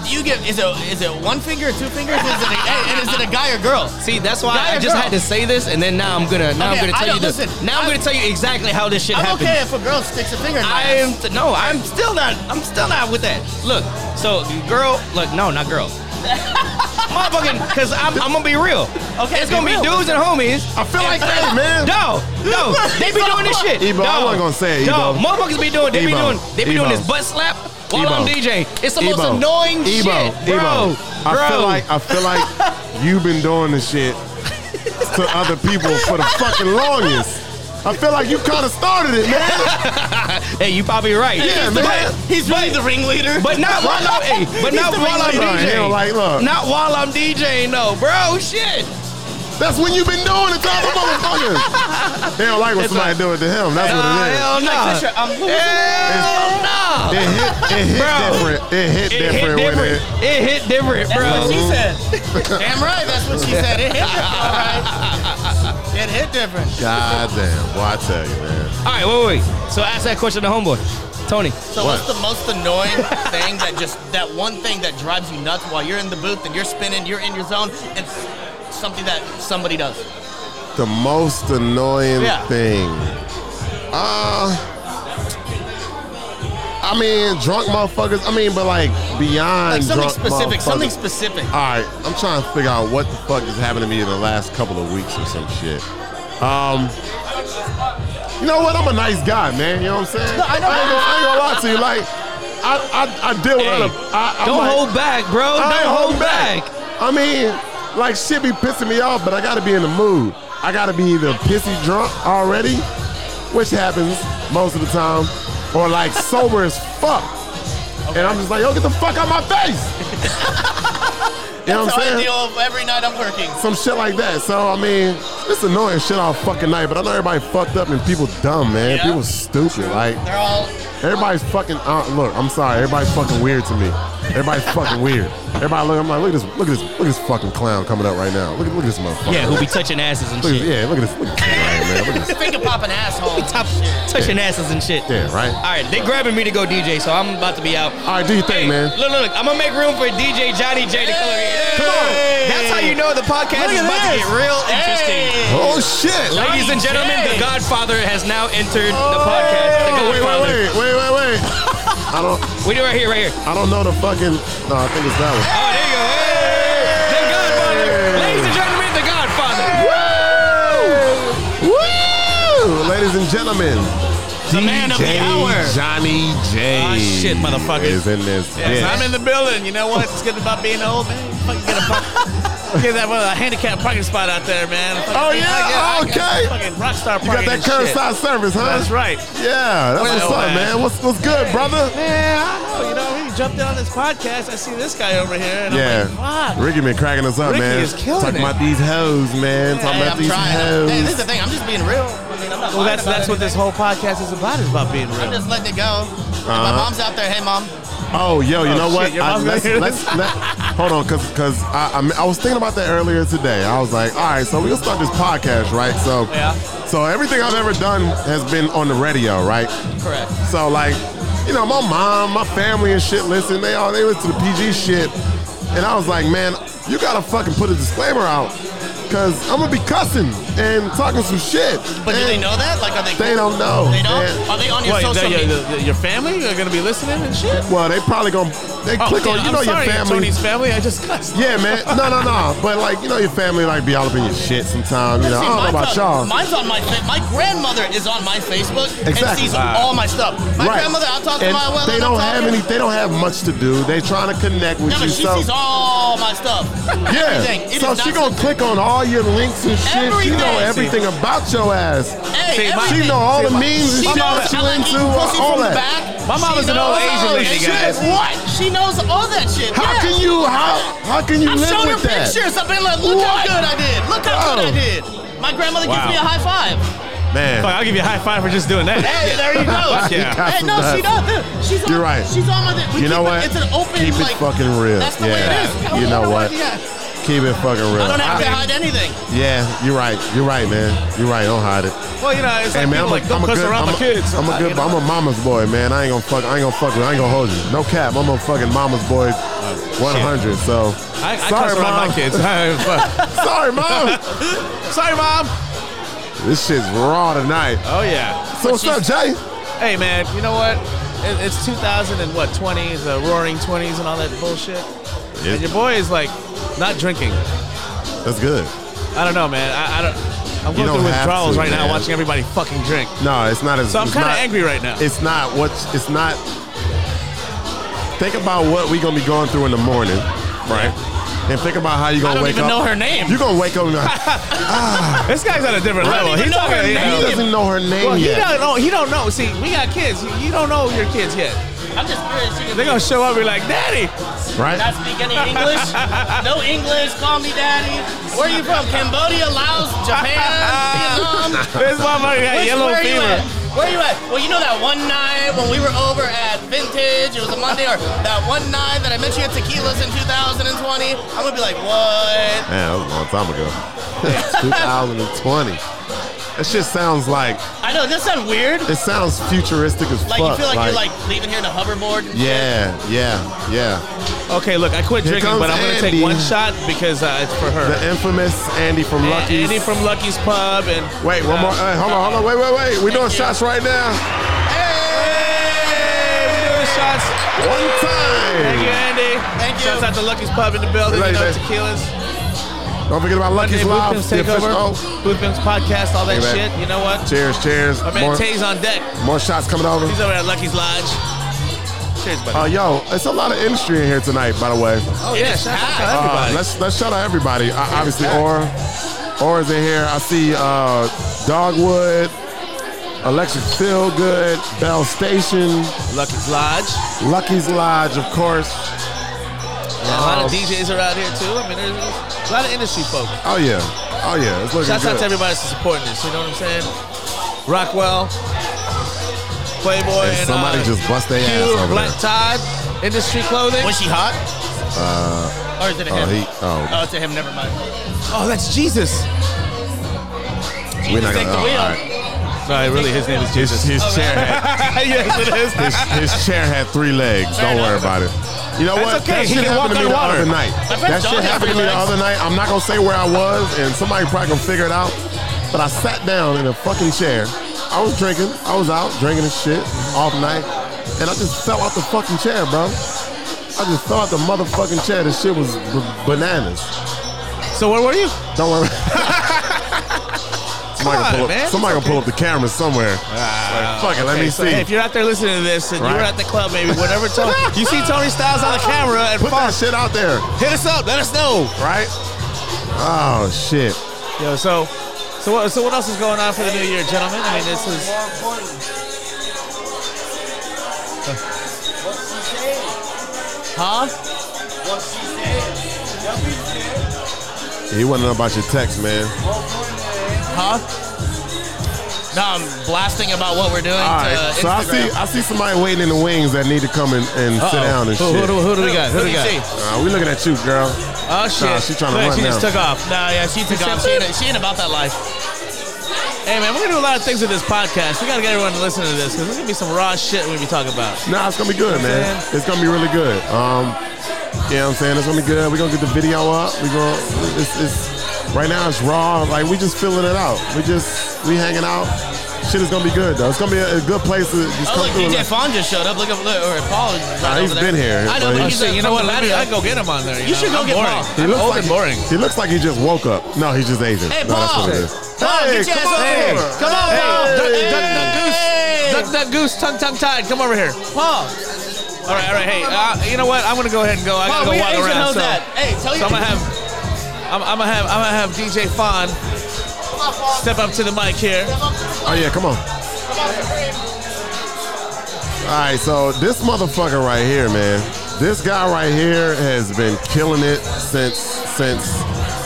S1: Do you get is it is it one finger, two fingers? Is it a, and is it a guy or girl?
S3: See, that's why
S1: Guy
S3: I
S1: or
S3: just
S1: girl?
S3: had to say this, and then now I'm gonna now I'm
S1: Okay,
S3: gonna
S1: I
S3: tell you
S1: don't-
S3: the,
S1: listen,
S3: Now I'm,
S1: I'm-
S3: gonna tell you exactly how this shit
S1: I'm
S3: happened.
S1: okay if a girl sticks a finger in my
S3: I
S1: ass.
S3: am no, I'm still not. I'm still not with that. Look, so girl, look, no, not girl. Motherfucking, cause I'm, I'm gonna be real.
S1: Okay,
S3: It's gonna be
S1: real.
S3: dudes and homies.
S2: I feel like that, man.
S3: No, no, they be doing this shit.
S2: Ebo,
S3: no.
S2: I wasn't gonna say it,
S3: No,
S2: Ebo.
S3: motherfuckers be doing. They be
S2: Ebo,
S3: doing. They be
S2: Ebo.
S3: doing this butt slap while
S2: Ebo.
S3: I'm DJing. It's the most
S2: Ebo.
S3: annoying
S2: Ebo.
S3: shit, bro.
S2: Ebo. I
S3: bro.
S2: feel like I feel like you've been doing this shit to other people for the fucking longest. I feel like you kind of started it, man.
S3: hey, you probably right.
S2: Yeah,
S3: But-
S2: man.
S1: He's really the ringleader.
S3: But not while I'm, hey, but
S2: He's
S3: not
S2: the
S3: while I'm
S2: ringleader. He
S3: DJing.
S2: don't like- look.
S3: Not while I'm DJing, though, bro. Shit.
S2: That's when you've been doing it to other motherfuckers. They don't like when somebody do it to him. That's
S3: Nah,
S2: what it
S3: Ah,
S2: is.
S3: hell no.
S1: Like, Trisha, I'm losing
S3: Hell no.
S2: It hit, it hit
S3: Bro.
S2: different. It hit
S3: It hit
S2: different when
S3: different.
S2: it.
S3: It hit different,
S1: That's
S3: bro.
S1: what she said. Damn right, that's what she said. It hit different, all right? It hit different.
S2: God damn. Well, I tell you, man.
S3: All right, wait, wait. So ask that question to homeboy, Tony.
S1: So
S2: What?
S1: what's the most annoying thing that just that one thing that drives you nuts while you're in the booth and you're spinning, you're in your zone, and something that somebody does.
S2: The most annoying
S1: Yeah.
S2: thing. Uh, I mean, drunk motherfuckers. I mean, but like beyond
S1: Like something
S2: drunk
S1: specific. Something
S2: motherfuckers.
S1: specific.
S2: All right, I'm trying to figure out what the fuck has happened to me in the last couple of weeks or some shit. Um, you know what? I'm a nice guy, man. You know what I'm saying?
S1: No, I know.
S2: ain't, gonna, I ain't gonna lie to you. Like, I I, I deal with
S3: Hey,
S2: other. I, I'm
S3: Don't
S2: like,
S3: hold back, bro.
S1: Oh,
S2: I ain't
S3: Don't
S2: holding
S3: hold back.
S2: I mean, like shit be pissing me off, but I gotta be in the mood. I gotta be either pissy drunk already, which happens most of the time, or like sober as fuck. And I'm just like, yo, get the fuck out my face. you know what I'm
S1: That's how I
S2: saying?
S1: deal with every night I'm working.
S2: Some shit like that. So I mean, it's annoying shit all fucking night, but I know everybody fucked up and people dumb, man.
S1: Yeah.
S2: People stupid. Like
S1: They're all.
S2: Everybody's fucking. Uh, look, I'm sorry. Everybody's fucking weird to me. Everybody's fucking weird. Everybody look. I'm like, look at this. Look at this. Look at this fucking clown coming up right now. Look at look at this motherfucker.
S3: Yeah, who be touching asses and
S2: Look at,
S3: shit.
S2: yeah, look at this. Look at this guy, man. Look at this.
S1: Finger popping asshole.
S3: Top, touching asses and shit.
S2: Yeah,
S3: All
S2: right.
S3: right, they grabbing me to go DJ, so I'm about to be out.
S2: All right, do your
S3: Hey,
S2: thing, man.
S3: Look, look, look, I'm gonna make room for DJ Johnny J to come over here. Come on. That's how you know the podcast
S1: Look
S3: is
S1: at
S3: about to
S1: this.
S3: get real interesting.
S1: Hey.
S2: Oh shit!
S3: Ladies and gentlemen, the
S1: Johnny J.
S3: Godfather has now entered the podcast. The
S2: Oh, wait, wait,
S3: Godfather.
S2: wait, wait, wait, wait. I don't.
S3: We do right here, right here.
S2: I don't know the fucking. No, I think it's that
S3: Oh, there you go. Hey. The Godfather. Ladies and gentlemen, the Godfather.
S2: one. Woo! Ladies and gentlemen,
S1: The man of the hour.
S2: Johnny J.
S3: Ah, shit, motherfucker.
S2: Is in this.
S1: Yes,
S2: bitch.
S1: I'm in the building. You know what? It's good about being an old man. Fucking get a fuck- Get that well, a handicapped parking spot out there, man. Fucking-
S2: Oh, yeah?
S1: I get- I
S2: Okay.
S1: get Fucking rock star
S2: You got
S1: parking.
S2: that
S1: and shit.
S2: curbside service, huh?
S1: That's right.
S2: Yeah, that's
S1: Well,
S2: what's up,
S1: man.
S2: man. What's what's good, brother?
S1: Man, I know. You know, he jumped in on this podcast. I see this guy over here, and
S2: Yeah,
S1: I'm like, fuck.
S2: Ricky been cracking us up,
S1: Ricky
S2: man.
S1: is killing
S2: Talking
S1: it.
S2: about these hoes, man. Talking
S1: Hey,
S2: about
S1: I'm
S2: these
S1: trying.
S2: hoes.
S1: Hey, this is the thing. I'm just being real. I mean, I'm not
S5: Well,
S1: lying
S5: that's
S1: about
S5: that's
S1: anything.
S5: what this whole podcast is about. Is about being
S1: I'm
S5: real.
S1: just letting it go. If My
S2: Uh-huh.
S1: mom's out there. Hey, mom.
S2: oh, yo, you know
S5: shit,
S2: what?
S5: your
S2: I,
S5: mom's
S2: let's,
S5: gonna hear
S2: let's, let, hold on, cause cause I, I mean, I was thinking about that earlier today. I was like, all right, so we'll start this podcast, right? So
S5: Yeah.
S2: so everything I've ever done has been on the radio, right?
S3: Correct.
S2: So like, you know, my mom, my family and shit listen. They all they listen to the PG shit. And I was like, man, you gotta fucking put a disclaimer out. Cause I'm gonna be cussing and talking some shit.
S1: But do
S2: And
S1: they know that? Like, are they?
S2: They don't know.
S1: They don't.
S2: And-
S1: Are they on your
S5: What,
S1: social
S5: the- your,
S1: media?
S5: the- your family are gonna be listening and shit? Oh,
S2: well, they probably gonna they
S1: Oh,
S2: click
S5: yeah,
S2: on you
S5: I'm
S2: know
S5: sorry,
S2: your family.
S5: Tony's family. I just cussed.
S2: Yeah, man. No, no, no. But like, you know, your family like be all up in your shit sometimes. You know,
S1: See,
S2: I don't know
S1: mine's
S2: about
S1: on-
S2: y'all.
S1: Mine's on my fa- my grandmother is on my Facebook and
S2: Exactly.
S1: sees all my stuff. My
S2: right.
S1: grandmother, I'll talk to
S2: and
S1: my well,
S2: They
S1: I'm
S2: don't have
S1: talking-
S2: any. They don't have much to do. They trying to connect with
S1: Yeah,
S2: you.
S1: but she
S2: so-
S1: sees all my stuff.
S2: Yeah.
S1: Everything. It
S2: so
S1: is
S2: she
S1: not
S2: gonna click on all your links and shit. She know
S1: Everything.
S2: everything about your ass.
S1: Hey,
S5: See, my-
S1: everything.
S2: She know all the
S5: See, my-
S2: memes and
S1: She
S2: shit
S1: knows
S2: that you
S1: I like
S2: into.
S1: eating pussy
S2: All
S1: from the
S2: that.
S1: back.
S5: My mom
S1: She
S5: is an
S1: knows-
S5: old Asian
S1: Oh,
S5: lady,
S1: shit,
S5: guys.
S1: What? She knows all that shit.
S2: How
S1: yeah.
S2: can you? How how can you
S1: I've
S2: live
S1: shown her
S2: with that?
S1: pictures. I've been like, look
S2: What?
S1: how good I did. Look how
S2: Oh.
S1: good I did. My grandmother
S5: Wow.
S1: gives me a high five.
S2: Man,
S5: Fuck, I'll give you a high five for just doing that.
S1: Hey, there you go.
S5: Fuck yeah.
S1: Hey, no, she does. She's on,
S2: You're right.
S1: She's on with it. We
S2: You
S1: keep
S2: know
S1: it-
S2: what?
S1: It's an open.
S2: Keep it
S1: like,
S2: fucking real.
S1: That's the
S2: Yeah.
S1: way it is. I
S2: You
S1: wonder
S2: know
S1: why-
S2: what?
S1: Yeah.
S2: keep it fucking real.
S1: I don't have to hide anything.
S2: yeah, you're right. You're right, man. You're right. Don't hide it.
S5: Well, you know, it's
S2: Hey man,
S5: like, people
S2: I'm
S5: like
S2: a,
S5: don't
S2: I'm a
S5: cuss
S2: good,
S5: around
S2: I'm
S5: my
S2: a,
S5: kids.
S2: I'm a
S5: Uh,
S2: good,
S5: you know,
S2: I'm a mama's boy, man. I ain't gonna fuck, I ain't gonna fuck with, I ain't gonna hold you. No cap, I'm a fucking mama's boy, 100. So
S5: Oh, I, I
S2: sorry,
S5: cuss around
S2: mom.
S5: my kids. Hey, fuck.
S2: sorry, mom.
S5: Sorry, mom.
S2: This shit's raw tonight.
S5: Oh yeah.
S2: So what's up, Jay?
S5: Hey man, you know what? It, it's 2000 and what 20s, the roaring 20s and all that bullshit. And your boy is like not drinking.
S2: That's good.
S5: I don't know, man. I, I don't. I'm
S2: You
S5: going
S2: don't
S5: through
S2: have
S5: withdrawals
S2: to,
S5: right now,
S2: man.
S5: watching everybody fucking drink.
S2: No, it's not as.
S5: So I'm
S2: it's
S5: kind of
S2: not-
S5: angry right now.
S2: It's not what. It's not. Think about what we gonna be going through in the morning, right? And think about how you
S1: I
S2: gonna
S1: don't
S2: wake
S1: even know
S2: up.
S1: her name.
S2: You gonna wake up and be like,
S5: This guy's at a different
S1: I don't
S5: level.
S1: even
S5: He's
S1: know her
S5: talking. you
S2: he
S1: name.
S5: know,
S2: doesn't know her name
S5: well, he
S2: yet.
S3: oh,
S5: don't know. He don't know. See, we got kids. You, you don't know your kids yet.
S1: I'm just curious. She
S5: They're
S1: can
S5: gonna show up and be like, "Daddy,
S2: right?
S1: not speak any English. No English. Call me daddy. Where are you from? Cambodia, Laos, Japan, Vietnam.
S5: this motherfucker got
S1: Which-
S5: yellow
S1: where are You at?
S5: fever."
S1: Where you at? Well, you know that one night when we were over at Vintage, it was a Monday, or that one night that I met you at Tequila's in 2020. I'm gonna be like, what?
S2: Man, that was a long time ago. 2020. That shit sounds like
S1: I know, doesn't that sound weird?
S2: it sounds futuristic as
S1: Like
S2: fuck.
S1: you feel like, you're like leaving here in a hoverboard. and
S2: yeah, yeah, yeah.
S3: Okay, look, I quit
S2: Here
S3: drinking,
S2: comes
S3: but I'm gonna
S2: Andy.
S3: take one shot because uh, it's for her.
S2: The infamous Andy from Lucky.
S3: Andy from Lucky's Pub and
S2: Wait, one more. Hey, hold on, hold on. Wait, wait, wait. We're doing shots right now.
S3: Hey, we're doing shots.
S2: One
S3: Thank you,
S2: time.
S3: Andy.
S1: Thank you.
S3: Shouts out to Lucky's Pub in the building. You
S2: Ladies,
S3: know,
S2: ladies.
S3: tequilas.
S2: Don't forget about
S3: Monday,
S2: Lucky's
S3: Booth
S2: Live.
S3: Pimps
S2: The official- oh,
S3: Takeover. Booth Pimps Podcast, all that
S2: Hey, man.
S3: shit. You know what?
S2: cheers, cheers.
S3: My man
S2: More,
S3: Tay's on deck.
S2: more shots coming over.
S3: He's over at Lucky's Lodge. Cheers, buddy.
S2: Uh, yo, it's a lot of industry in here tonight, by the way.
S3: Oh, yeah, shout out to
S2: Uh,
S3: everybody.
S2: let's let's shout out everybody. Uh, obviously, Aura, Aura's in here. I see uh, Dogwood, Electric Feel Good, Bell Station,
S3: Lucky's Lodge.
S2: Lucky's Lodge, of course.
S3: a lot of DJs are out here, too. I mean, there's a lot of industry folks.
S2: Oh yeah, oh yeah. It's looking
S3: Shouts out
S2: good.
S3: to everybody that's supporting this. You know what I'm saying? Rockwell, Playboy, and,
S2: And somebody
S3: uh,
S2: just bust their
S3: Q,
S2: ass over
S3: Black
S2: there.
S3: Tide, Industry Clothing.
S1: shit. Was she hot? Uh, or is it a
S2: Oh,
S1: him?
S2: he, oh,
S1: oh, it's a him. Never mind.
S3: Oh, that's Jesus.
S2: we're not
S1: take
S2: gonna.
S1: the
S2: Oh,
S1: wheel.
S2: all right.
S3: Sorry, really, his name is
S2: His, his chair had
S3: yes, it is.
S2: his, his chair had three legs. Don't worry about it. You know
S3: That's
S2: what?
S3: okay.
S2: That
S3: He
S2: shit
S3: can
S2: happened
S3: walk on
S2: to me the
S3: water.
S2: other night.
S1: My friend
S2: That
S1: John
S2: shit
S1: has
S2: happened to me
S1: three
S2: the
S1: legs.
S2: other night. I'm not gonna say where I was, and somebody probably gonna figure it out. But I sat down in a fucking chair. I was drinking. I was out drinking and shit all night, and I just fell out the fucking chair, bro. I just fell out the motherfucking chair. This shit was b- bananas.
S3: So where were you?
S2: Don't worry. somebody
S3: on,
S2: gonna pull up,
S3: man. Ah,
S2: somebody gonna pull up the camera somewhere. Like, fuck it, let
S3: Okay,
S2: me
S3: so,
S2: see.
S3: hey, if you're out there listening to this and you were
S2: Right.
S3: at the club, maybe whatever. Tony, you see Tony Styles on the camera and
S2: Put that shit out there,
S3: hit us up. Let us know.
S2: right? Oh shit.
S3: Yo, so, so what? So what else is going on for the new year, gentlemen? I mean, this is. Huh?
S2: He wanna know about your text, man.
S1: Huh? No, I'm blasting about what we're doing.
S2: All right.
S1: to
S2: so I see,
S1: Instagram.
S2: I see somebody waiting in the wings that need to come and, and sit
S3: Uh-oh.
S2: down and
S3: Who, who,
S2: shit.
S3: do- who do we got? Who do we
S1: you
S3: got?
S1: see?
S2: Uh, we looking at you, girl.
S3: Oh shit!
S2: Nah, she tryna
S3: Look,
S2: run
S3: she just
S2: now.
S3: took off.
S1: No, yeah, she took off. She ain't, she ain't about that life.
S3: Hey man, we're gonna do a lot of things with this podcast. We gotta get everyone to listen to this because there's gonna be some raw shit we're gonna be talking about.
S2: Nah, it's gonna be good, man.
S3: saying?
S2: It's gonna be really good. Um, you know what I'm saying? It's gonna be good. We're gonna get the video up. We gonna it's, it's right now it's raw. Like we just feeling it out. We just we hanging out. Shit is gonna be good though. It's gonna be a, a good place to just
S1: Oh,
S2: come
S1: look,
S2: through. and
S1: DJ
S2: like-
S1: Fawn just showed up. Look, up, look or Paul is
S2: Nah,
S1: right
S2: he's
S1: over there.
S2: been here,
S1: I know,
S2: but
S1: but
S2: he's-
S1: he's
S3: Shit, you know what? Let me, I go get him on there. You,
S1: You
S3: know?
S1: should go
S3: I'm
S1: get
S3: boring.
S1: Paul. Oh,
S2: he
S3: I'm
S2: looks
S3: old
S2: like
S3: and boring.
S2: He looks like he just woke up. No, he's just Asian.
S1: Hey,
S2: no, that's
S1: Paul.
S2: what it is.
S1: Paul,
S2: hey,
S1: get your
S2: come
S1: ass
S2: on
S1: over here.
S2: over.
S1: Come on, Paul.
S2: Hey.
S1: Duck, duck,
S3: duck, goose.
S1: Hey.
S3: Duck, duck, goose, tongue, tongue, tied. Come over here. All
S1: Paul,
S3: right, all right. Hey, uh, you know what? I'm gonna go ahead and go. I
S1: Paul,
S3: gotta go
S1: we
S3: walk
S1: Asian
S3: around. so,
S1: hoes that. Hey, tell
S3: so
S1: you.
S3: I'm gonna have, I'm, I'm gonna have, I'm gonna have DJ Fawn step up to the mic here.
S2: Oh yeah, come on. All right, so this motherfucker right here, man. This guy right here has been killing it since since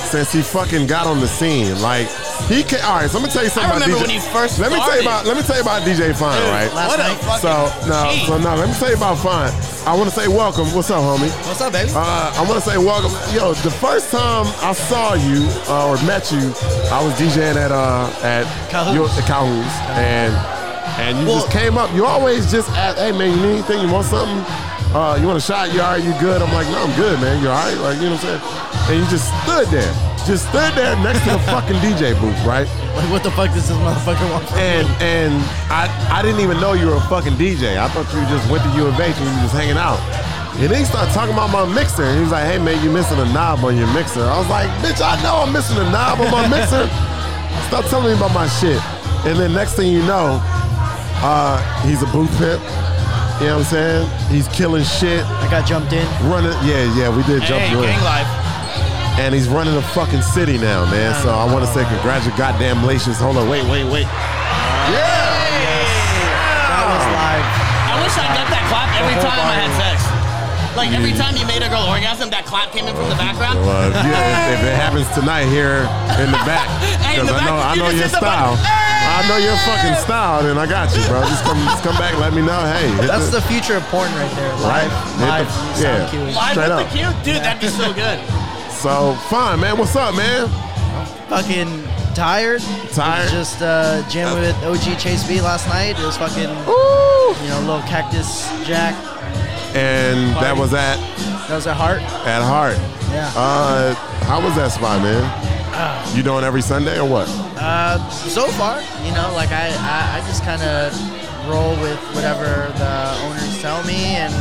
S2: since he fucking got on the scene. Like he can. All right, so let me tell you something
S1: I remember
S2: about DJ.
S1: when he first
S2: let me tell you
S1: started.
S2: about let me tell you about DJ Fine, right?
S1: last What a night. fucking
S2: So no,
S1: G.
S2: so no. Let me tell you about Fine. I want to say welcome. What's up, homie?
S3: What's up, baby?
S2: Uh, I want to say welcome. Yo, the first time I saw you uh, or met you, I was DJing at uh at
S1: Calhoun's.
S2: your- at Calhoun's, and and you just came up. You always just ask, hey man, you need anything? You want something? Uh, you want a shot? You all right? You good? I'm like, no, I'm good, man. You all right? Like, you know what I'm saying? And you just stood there, just stood there next to the fucking DJ booth, right?
S6: Like, what the fuck does this motherfucker want? from me?
S2: And and I I didn't even know you were a fucking DJ. I thought you just went to U of H and you was just hanging out. And then he started talking about my mixer. He was like, "Hey man, you missing a knob on your mixer." I was like, "Bitch, I know I'm missing a knob on my mixer. Stop telling me about my shit." And then next thing you know, uh, he's a boot pimp. You know what I'm saying? He's killing shit,
S6: I got jumped in.
S2: running. Yeah, yeah, we did jump
S1: Hey,
S2: you in
S1: gang life.
S2: and he's running the fucking city now, man. So I want to say congratulations, goddamn lations. Hold on, wait, wait, wait. Yeah,
S6: That was live.
S1: I wish I got that clap every
S6: whole
S1: time I had
S6: bar.
S1: sex. Like every
S2: Yeah.
S1: time you made a girl orgasm, that clap came in from the background.
S2: Well, if, you- if- if it happens tonight here in the back,
S1: Hey, in
S2: because I
S1: the
S2: know
S1: back,
S2: I
S1: you
S2: know
S1: just
S2: your
S1: hit the
S2: style.
S1: button.
S2: I know your fucking style, then I got you, bro. Just come, just come back. Let me know. Hey, hit
S6: That's the future of porn right there.
S2: Right?
S6: Live,
S2: Hit
S6: live,
S2: the- yeah.
S6: sound cueing.
S1: Live
S2: Straight
S1: with
S2: up.
S1: the cute, dude. That'd be so good.
S2: so fine, man. What's up, man?
S6: Fucking tired.
S2: Tired?
S6: Was just uh, jamming with OG Chase B last night. It was fucking, you know, little cactus jack.
S2: and that was at
S6: That was at heart.
S2: at Heart.
S6: Yeah.
S2: Uh, how was that spot, man? You doing every Sunday or what?
S6: Uh, so far, you know, like I, I, I just kind of roll with whatever the owners tell me, and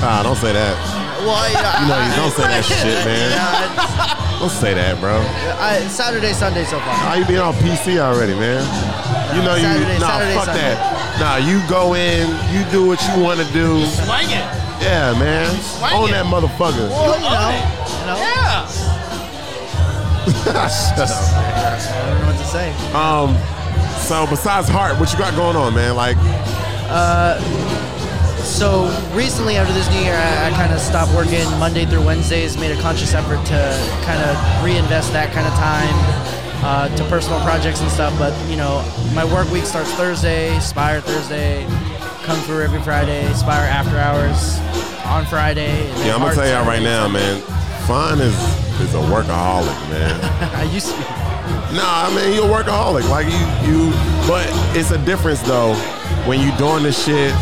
S2: Ah, don't say that.
S6: well, I, I,
S2: You know, you don't say that shit,
S6: you
S2: man.
S6: know, it's-
S2: Don't say that, bro.
S6: I, Saturday, Sunday so far.
S2: How you being on PC already, man? You know you
S6: Saturday,
S2: nah,
S6: Saturday,
S2: fuck
S6: Sunday.
S2: that. Nah, you go in, you do what you want to do.
S1: Swing it.
S2: Yeah, man.
S1: Swing
S2: Own
S1: it.
S2: that motherfucker.
S6: Well, you
S1: own
S6: know,
S1: it.
S6: you
S1: Oh,
S6: know,
S1: Yeah.
S2: Shut up.
S6: I don't know what to say.
S2: Um, so besides heart, what you got going on, man? Like,
S6: So recently, after this new year, I, I kind of stopped working Monday through Wednesdays. Made a conscious effort to kind of reinvest that kind of time uh, to personal projects and stuff. But you know, my work week starts Thursday, Spire Thursday, Kung Fu every Friday, Spire after hours on Friday. and then
S2: yeah, I'm gonna
S6: Art
S2: tell y'all right
S6: Saturday.
S2: now, man. Fun is is a workaholic, man.
S6: I used to. Be.
S2: nah, I mean you're a workaholic. Like you, you. But it's a difference though when you doing this shit.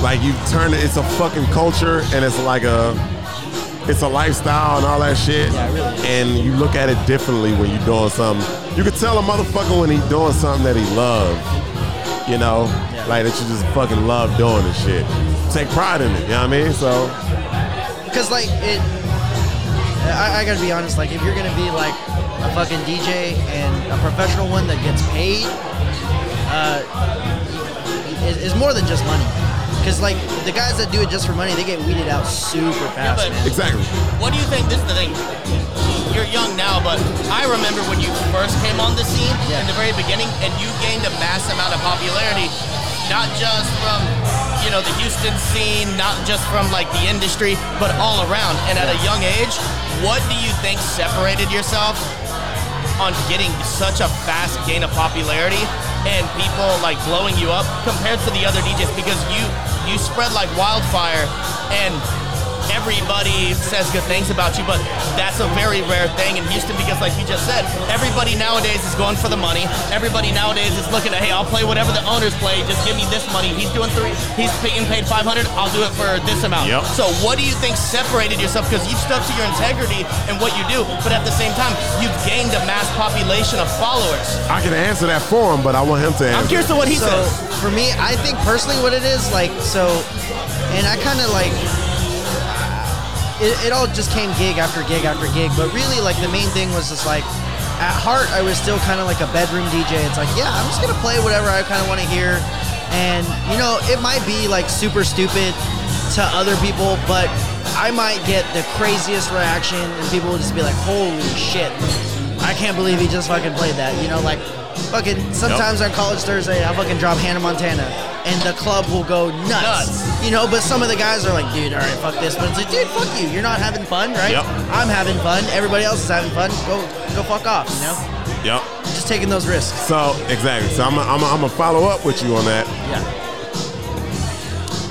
S2: Like you turn it. It's a fucking culture, and it's like a. It's a lifestyle and all that shit,
S6: Yeah, it really is.
S2: and you look at it differently when you're doing something. You can tell a motherfucker when he doing something that he loves. you know,
S6: Yeah.
S2: like that you just fucking love doing this shit. Take pride in it, you know what I mean? So,
S6: Because like it, I, I gotta be honest. Like if you're gonna be like a fucking DJ and a professional one that gets paid, uh, is, is more than just money. Because like the guys that do it just for money, they get weeded out super fast.
S1: but-
S6: man.
S2: exactly.
S1: What do you think? This is the thing. You're young now, but I remember when you first came on the scene
S6: Yeah.
S1: in the very beginning, and you gained a mass amount of popularity, not just from you know the Houston scene, not just from like the industry, but all around. And at a young age, what do you think separated yourself on getting such a fast gain of popularity and people like blowing you up compared to the other DJs because you you spread like wildfire and everybody says good things about you but that's a very rare thing in Houston because like you just said everybody nowadays is going for the money everybody nowadays is looking at hey I'll play whatever the owners play just give me this money he's doing three he's being paid 500 I'll do it for this amount
S2: Yep.
S1: so what do you think separated yourself? Because you've stuck to your integrity and what you do, but at the same time, you've gained a mass population of followers.
S2: I can answer that for him, but I want him to answer.
S1: I'm curious to what he
S6: so
S1: says.
S6: for me, I think personally what it is like. So, and I kind of like. It, it all just came gig after gig after gig, but really like the main thing was just like, at heart I was still kind of like a bedroom DJ. It's like yeah, I'm just gonna play whatever I kind of want to hear, and you know it might be like super stupid to other people, but I might get the craziest reaction, and people will just be like, holy shit, I can't believe he just fucking played that. You know like. Fucking sometimes on College Thursday, I fucking drop Hannah Montana, and the club will go
S1: Nuts.
S6: nuts. You know, but some of the guys are like, dude, all right, fuck this. But it's like, dude, fuck you. You're not having fun, right?
S2: Yep.
S6: I'm having fun. Everybody else is having fun. Go, go, fuck off. You know,
S2: Yep.
S6: just taking those risks.
S2: So, exactly. So, I'm going I'm to follow up with you on that.
S6: Yeah.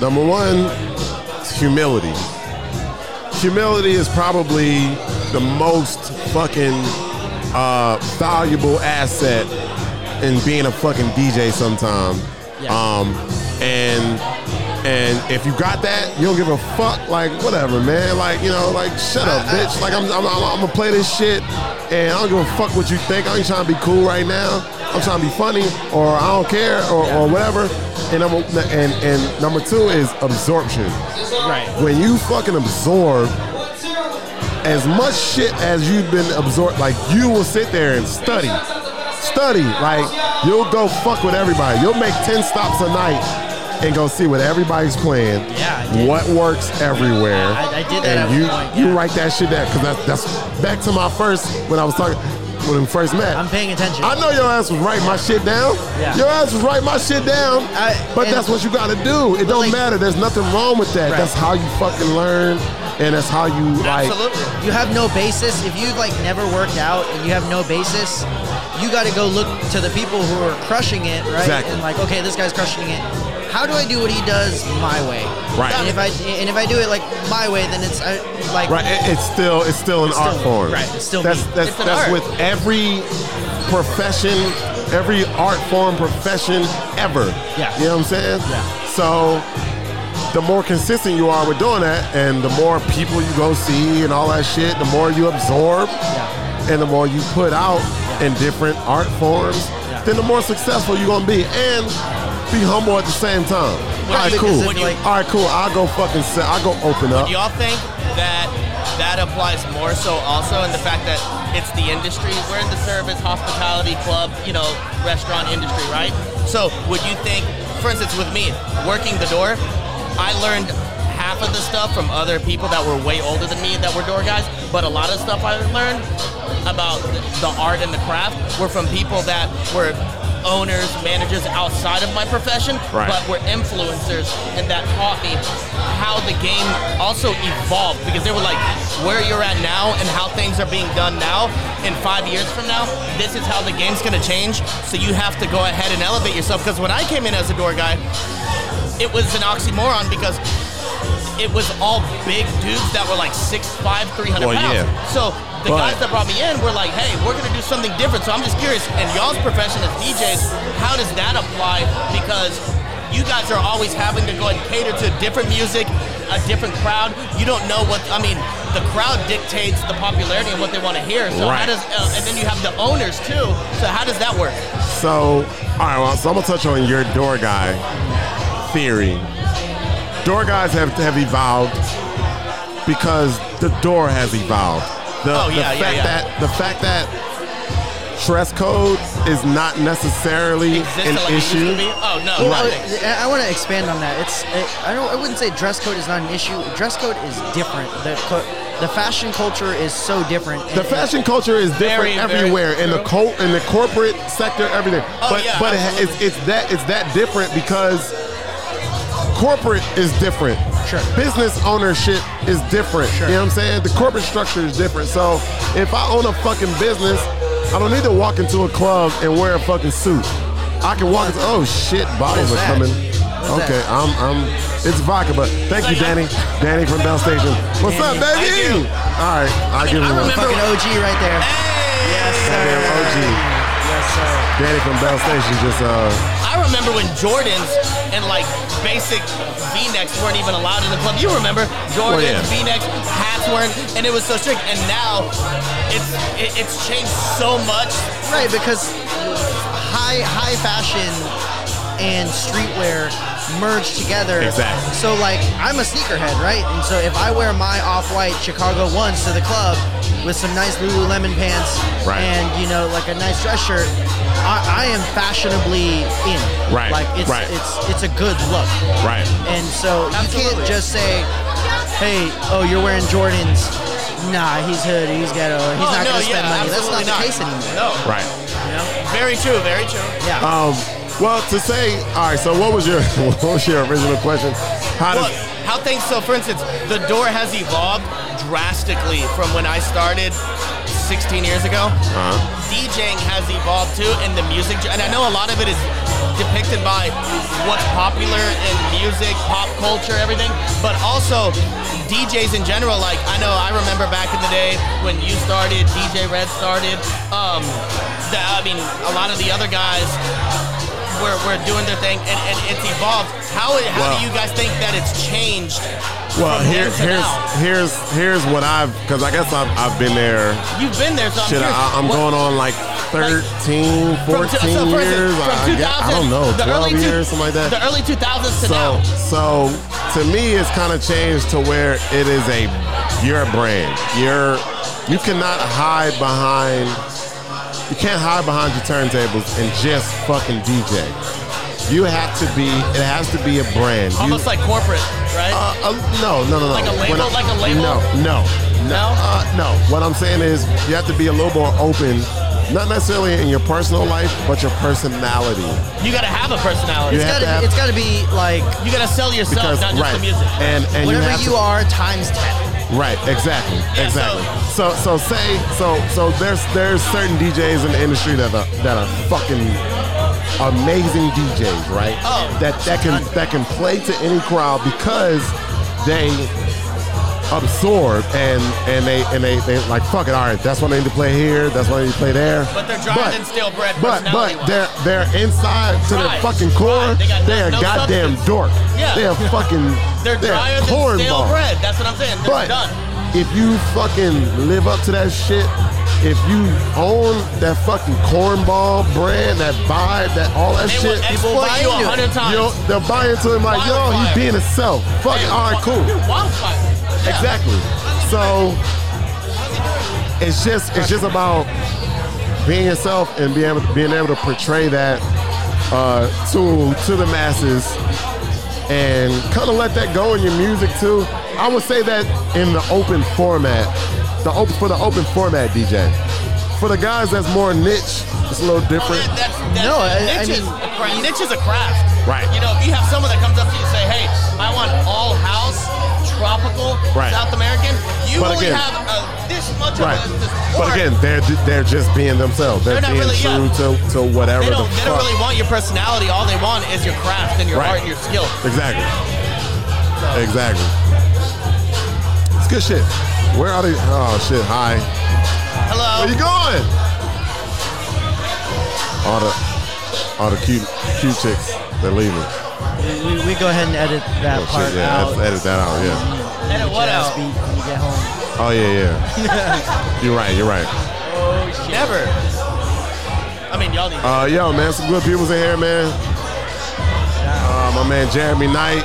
S2: Number one, it's humility. Humility is probably the most fucking uh, valuable asset in being a fucking DJ sometime.
S6: Yeah.
S2: Um, and and if you got that, you don't give a fuck. Like whatever, man. Like you know, like shut up,
S6: I- I-
S2: bitch. Like I'm, I'm, I'm, I'm gonna play this shit, and I don't give a fuck what you think. I ain't trying to be cool right now. I'm trying to be funny, or I don't care, or, or whatever. And I'm and and number two is absorption
S6: Right.
S2: when you fucking absorb as much shit as you've been absorbed, like you will sit there and study, study. Like you'll go fuck with everybody. You'll make ten stops a night and go see what everybody's playing.
S6: Yeah, I did.
S2: What works everywhere.
S6: I- I did that
S2: And
S6: at
S2: you
S6: one point,
S2: you
S6: yeah.
S2: write that shit down because that's that's back to my first when I was talking when we first met.
S6: I'm paying attention.
S2: I know your ass was writing my shit down.
S6: Yeah.
S2: Your ass was writing my shit down.
S6: I-
S2: but
S6: and-
S2: that's what you gotta do. It don't
S6: like-
S2: matter. There's nothing wrong with that.
S6: Right.
S2: That's how you fucking learn, and that's how you like.
S1: Absolutely.
S6: you have no basis if you like never worked out and you have no basis you got to go look to the people who are crushing it right
S2: Exactly.
S6: and like okay this guy's crushing it how do i do what he does my way
S2: Right.
S6: and if i and if i do it like my way then it's I, like
S2: Right. it- it's still it's still an
S6: It's
S2: art
S6: still-
S2: form.
S6: right, it's still
S2: that's
S6: me.
S2: that's
S1: It's an
S2: that's
S1: art.
S2: with every profession, every art form profession ever.
S3: Yeah.
S2: You know what I'm saying?
S3: Yeah.
S2: So the more consistent you are with doing that and the more people you go see and all that shit, the more you absorb and the more you put out in different art forms, then the more successful you're gonna be. And be humble at the same time. all right,
S6: because
S2: cool.
S6: if, like-
S2: all right, cool. I'll go fucking set. I'll go open up.
S1: y'all think that that applies more so also in the fact that it's the industry we're in the service hospitality club you know restaurant industry right so would you think for instance with me working the door i learned half of the stuff from other people that were way older than me that were door guys but a lot of stuff i learned about the art and the craft were from people that were owners managers outside of my profession
S2: Right.
S1: but were influencers and that taught me how the game also evolved because they were like where you're at now and how things are being done now in five years from now this is how the game's going to change so you have to go ahead and elevate yourself because when i came in as a door guy it was an oxymoron because it was all big dudes that were like 6'5", 300
S2: Well,
S1: pounds.
S2: yeah.
S1: So the
S2: But-
S1: guys that brought me in were like, hey, we're going to do something different. So I'm just curious, in y'all's profession as DJs, how does that apply? Because you guys are always having to go and cater to different music, a different crowd. You don't know what, I mean, the crowd dictates the popularity and what they want to hear. So
S2: Right.
S1: how does, uh, and then you have the owners too. So how does that work?
S2: So, all right, well, so I'm gonna touch on your door guy theory. Door guys have have evolved because the door has evolved. The,
S1: Oh, yeah,
S2: the
S1: yeah,
S2: fact
S1: yeah.
S2: that the fact that dress code is not necessarily
S1: Exists
S2: an
S1: like it used
S2: issue.
S1: to be? Oh, no.
S6: Well,
S1: no,
S6: I-
S1: thanks.
S6: I, want to expand on that. It's it, I don't I wouldn't say dress code is not an issue. Dress code is different. The co- the fashion culture is so different.
S2: The fashion culture is different
S1: Very, very
S2: everywhere in the
S1: true.
S2: cult in the corporate sector, everything.
S1: Oh,
S2: but
S1: yeah,
S2: but it, ha- it's,
S1: absolutely.
S2: it's that it's that different because corporate is different.
S6: Sure.
S2: Business ownership is different.
S6: Sure.
S2: You know what I'm saying? The corporate structure is different. So if I own a fucking business, I don't need to walk into a club and wear a fucking suit. I can walk into oh shit, bottles
S6: is
S2: are
S6: that?
S2: coming.
S6: What's
S2: okay,
S6: that?
S2: I'm I'm it's vodka, but thank you, Danny. Danny from Bell Station. What's up,
S6: Danny.
S2: baby? All right, I give
S1: I
S2: him one.
S1: remember
S6: fucking OG right there.
S1: Hey!
S6: Yes, sir.
S2: Goddamn OG.
S6: Yes, sir.
S2: Danny from Bell Station just uh
S1: I remember when Jordans and like basic V-necks weren't even allowed in the club. You remember Jordans,
S2: Oh, yeah.
S1: V-necks, hats weren't, and it was so strict. And now it's it, it's changed so much.
S6: Right, because high high fashion and streetwear merge together.
S2: Exactly.
S6: So like I'm a sneakerhead, right? And so if I wear my off-white Chicago ones to the club with some nice Lululemon pants
S2: Right.
S6: and you know like a nice dress shirt, I, I am fashionably in.
S2: Right,
S6: Like it's
S2: right.
S6: it's it's a good look.
S2: Right.
S6: And so you
S1: Absolutely.
S6: can't just say, hey, oh you're wearing Jordans. Nah, he's hood. He's ghetto. He's
S1: Oh,
S6: not
S1: no,
S6: gonna spend
S1: yeah,
S6: money. That's not
S1: absolutely
S6: the case anymore.
S1: No,
S2: Right.
S6: You know?
S1: very true, very true.
S6: Yeah.
S2: Um well to say all right, so what was your what was your original question? How
S1: Look,
S2: does
S1: how things. So, for instance, the door has evolved drastically from when I started 16 years ago.
S2: uh,
S1: DJing has evolved too, and the music, and I know a lot of it is depicted by what's popular in music, pop culture, everything, but also DJs in general. Like, I know I remember back in the day when you started, DJ Red started, um, the, I mean, a lot of the other guys were, were doing their thing, and, and it's evolved. How, how
S2: Well-
S1: do you guys think that it's changed?
S2: well
S1: from
S2: here,
S1: then to
S2: here's
S1: now?
S2: here's here's what I've because I guess I've, I've been there
S1: You've been there, so I'm
S2: shit
S1: curious,
S2: I, I'm
S1: what-
S2: going on like 13 14
S1: From t- so for instance,
S2: years
S1: from
S2: I, I, guess- I don't know
S1: 2000, the
S2: 12
S1: early two-
S2: years something like that
S1: The early 2000s to
S2: so
S1: now.
S2: so to me it's kind of changed to where it is a your brand you're you cannot hide behind you can't hide behind your turntables and just fucking dj you have to be it has to be a brand You-
S1: Almost like corporate, right?
S2: uh, uh, no, no, no, no.
S1: Like a label?
S2: When
S1: Like a label?
S2: No, no, no.
S1: No?
S2: Uh, no. What I'm saying is you have to be a little more open, not necessarily in your personal life, but your personality.
S1: you gotta have a personality.
S2: Yeah.
S6: It's
S2: have
S6: gotta,
S2: to have-
S6: be, it's gotta be like
S1: You gotta sell
S2: Because
S1: yourself, not just
S2: right,
S1: the music.
S2: and and you,
S6: whatever
S2: have to-
S6: you are times ten.
S2: Right, exactly,
S1: Yeah,
S2: exactly. So, so say, so, so there's there's certain DJs in the industry that are that are fucking amazing DJs, right?
S1: Oh.
S2: that that can that can play to any crowd because they absorb and and they and they, they like fuck it. All right, that's what I need to play here. That's what I need to play there.
S1: But they're dried
S2: But-
S1: and stale bread
S2: But but
S1: personality-wise.
S2: they're they're inside to their
S1: Dried.
S2: fucking core.
S1: Dried. They got no-
S2: They're
S1: no
S2: goddamn
S1: substance.
S2: dork.
S1: Yeah.
S2: They're fucking
S1: They're drier than stale
S2: cornball.
S1: bread. That's what I'm saying. They're
S2: But
S1: done.
S2: if you fucking live up to that shit, if you own that fucking cornball brand, that vibe, that all that
S1: They will
S2: shit,
S1: exploit
S2: buy
S1: you
S2: into
S1: a
S2: it.
S1: hundred times.
S2: You'll- they'll buy into him like, yo,
S1: Wildfire.
S2: he's being himself. Fuck it,
S1: Hey,
S2: all right,
S1: wa-
S2: cool.
S1: Dude, wildfire. Yeah.
S2: Exactly. So it's just it's just about being yourself and being able, being able to portray that uh, to to the masses and kind of let that go in your music too. I would say that in the open format, the open for the open format DJ. For the guys that's more niche, it's a little different.
S1: Oh, That, that's, that's,
S6: No, I- I
S1: niche, is,
S6: mean-
S1: a cra- niche is a craft.
S2: Right.
S1: You know, if you have someone that comes up to you and say, hey, I want all house, tropical,
S2: Right.
S1: South American, you
S2: But
S1: only
S2: again-
S1: have uh, this much
S2: Right.
S1: of a, this
S2: But
S1: or
S2: again, they're they're just being themselves. They're,
S1: They're not
S2: being true
S1: really- yeah.
S2: to, to whatever
S1: they don't,
S2: the
S1: they don't
S2: fuck.
S1: really want your personality. All they want is your craft and your
S2: Right.
S1: art and your skill.
S2: Exactly. Exactly. It's good shit. Where are they? Oh shit! Hi.
S1: Hello.
S2: Where you going? All the, all the cute, cute chicks. They're leaving. Oh,
S6: We, we go ahead and edit that
S2: shit,
S6: part
S2: yeah,
S6: out.
S2: ed- edit that out. Yeah.
S1: Edit what out?
S6: Jazz beat when you get home.
S2: Oh yeah, yeah. you're right. You're right.
S1: Never. I mean, y'all need.
S2: Uh, yo, man, some good people's in here, man. Uh, my man Jeremy Knight.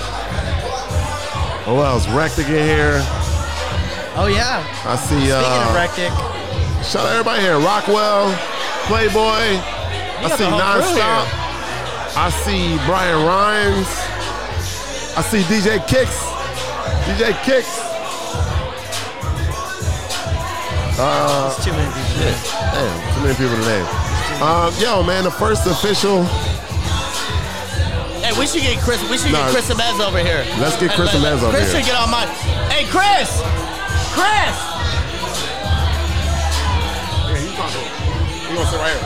S2: Who else? Rectic in here.
S6: Oh yeah.
S2: I see. Uh,
S6: Speaking of Rectic,
S2: Shout out everybody here. Rockwell, Playboy. I
S1: got
S2: see
S1: the whole crew
S2: Nonstop. I see Brian Rhymes. I see DJ Kicks. DJ Kicks.
S6: it's too many people.
S2: Damn, too many people to name. Um, yo, man, the first official.
S1: Hey, we should get Chris. We should
S2: No.
S1: get Chris Amez over here.
S2: Let's get
S1: And
S2: Chris
S1: let-
S2: Amez over
S1: Chris
S2: here.
S1: should get on mine. Hey, Chris. Chris.
S2: Yeah, you talking. You gonna sit right here?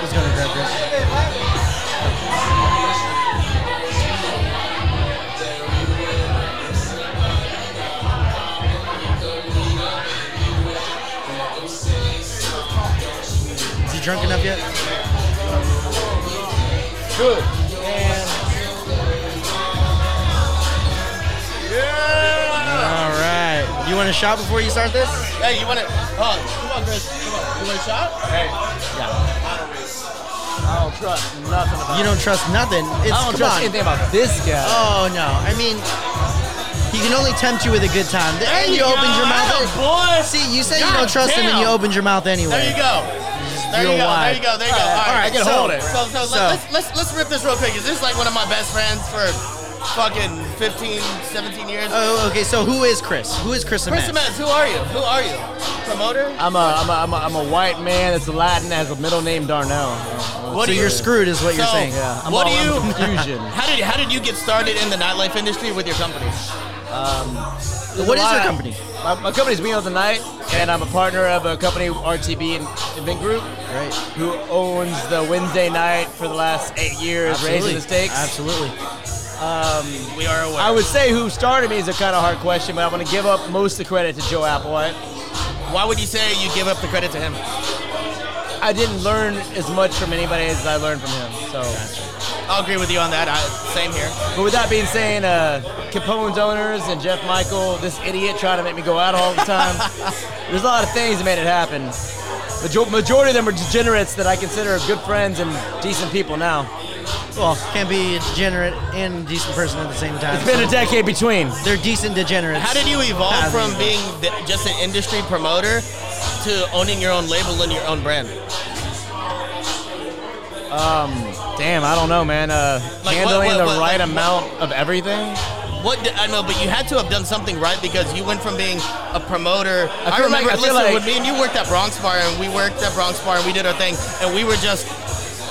S6: Who's gonna grab this? Is he drunk enough yet?
S2: Good. Yeah.
S6: All right. You want a shot before you start this?
S1: Hey, you want to? Oh, come on, Chris. Come on. You want a shot? Hey. I don't trust nothing about.
S6: You don't trust nothing. It's
S5: I don't
S6: come
S5: trust
S6: on.
S5: anything about this guy.
S6: Oh no! I mean, he can only tempt you with a good time. And you opened your mouth.
S1: boy.
S6: See, you said you
S1: God
S6: don't trust him, and you
S1: damn.
S6: opened your mouth
S1: There
S6: anyway.
S1: you go. There
S6: You're
S1: you go. There
S6: wide.
S1: you go. There you go. All right,
S6: All right, I can
S1: so,
S6: hold it.
S1: So, so,
S6: So-
S1: Let's, let's let's rip this real quick. Is this like one of my best friends for fucking 15, 17 years?
S6: Oh, okay. So who is Chris? Who is Chris?
S1: Chris
S6: Amend?
S1: Amez, who are you? Who are you? Promoter?
S5: I'm a, I'm a, I'm a, I'm a white man that's Latin has a middle name Darnell.
S1: What
S6: So
S1: do
S6: you're screwed, is what you're
S1: So,
S6: saying. uh,
S5: I'm
S1: what
S5: all-
S1: do you?
S5: I'm confusion.
S1: How did how did you get started in the nightlife industry with your company?
S6: What is
S5: Why-
S6: your company?
S5: My, my company's We Own the Night, and I'm a partner of a company, RTB and Event Group,
S6: Right.
S5: who owns the Wednesday night for the last eight years, raising the stakes.
S6: Absolutely.
S1: We are aware.
S5: I would say who started me is a kind of hard question, but I'm going to give up most of the credit to Joe Applewhite.
S1: Why would you say you give up the credit to him?
S5: I didn't learn as much from anybody as I learned from him. So,
S1: I'll agree with you on that. I, same here.
S5: but with that being said, uh, Capone's owners and Jeff Michael, this idiot trying to make me go out all the time. There's a lot of things that made it happen. Major- majority of them are degenerates that I consider good friends and decent people now.
S6: Well, can't be a degenerate and decent person at the same time.
S5: It's been a decade between.
S6: They're decent degenerates.
S1: How did you evolve
S6: Nah,
S1: from
S6: I mean-
S1: being the, just an industry promoter to owning your own label and your own brand?
S5: Damn, I don't know, man. Uh,
S1: Like,
S5: handling
S1: what- what-
S5: the
S1: what-
S5: right
S1: like, what-
S5: amount of everything.
S1: What did, I know, but you had to have done something right because you went from being a promoter. I,
S5: feel
S1: remember,
S5: like- I feel
S1: listen, when
S5: like-
S1: me and you worked at Bronx Bar and we worked at Bronx Bar and we did our thing and we were just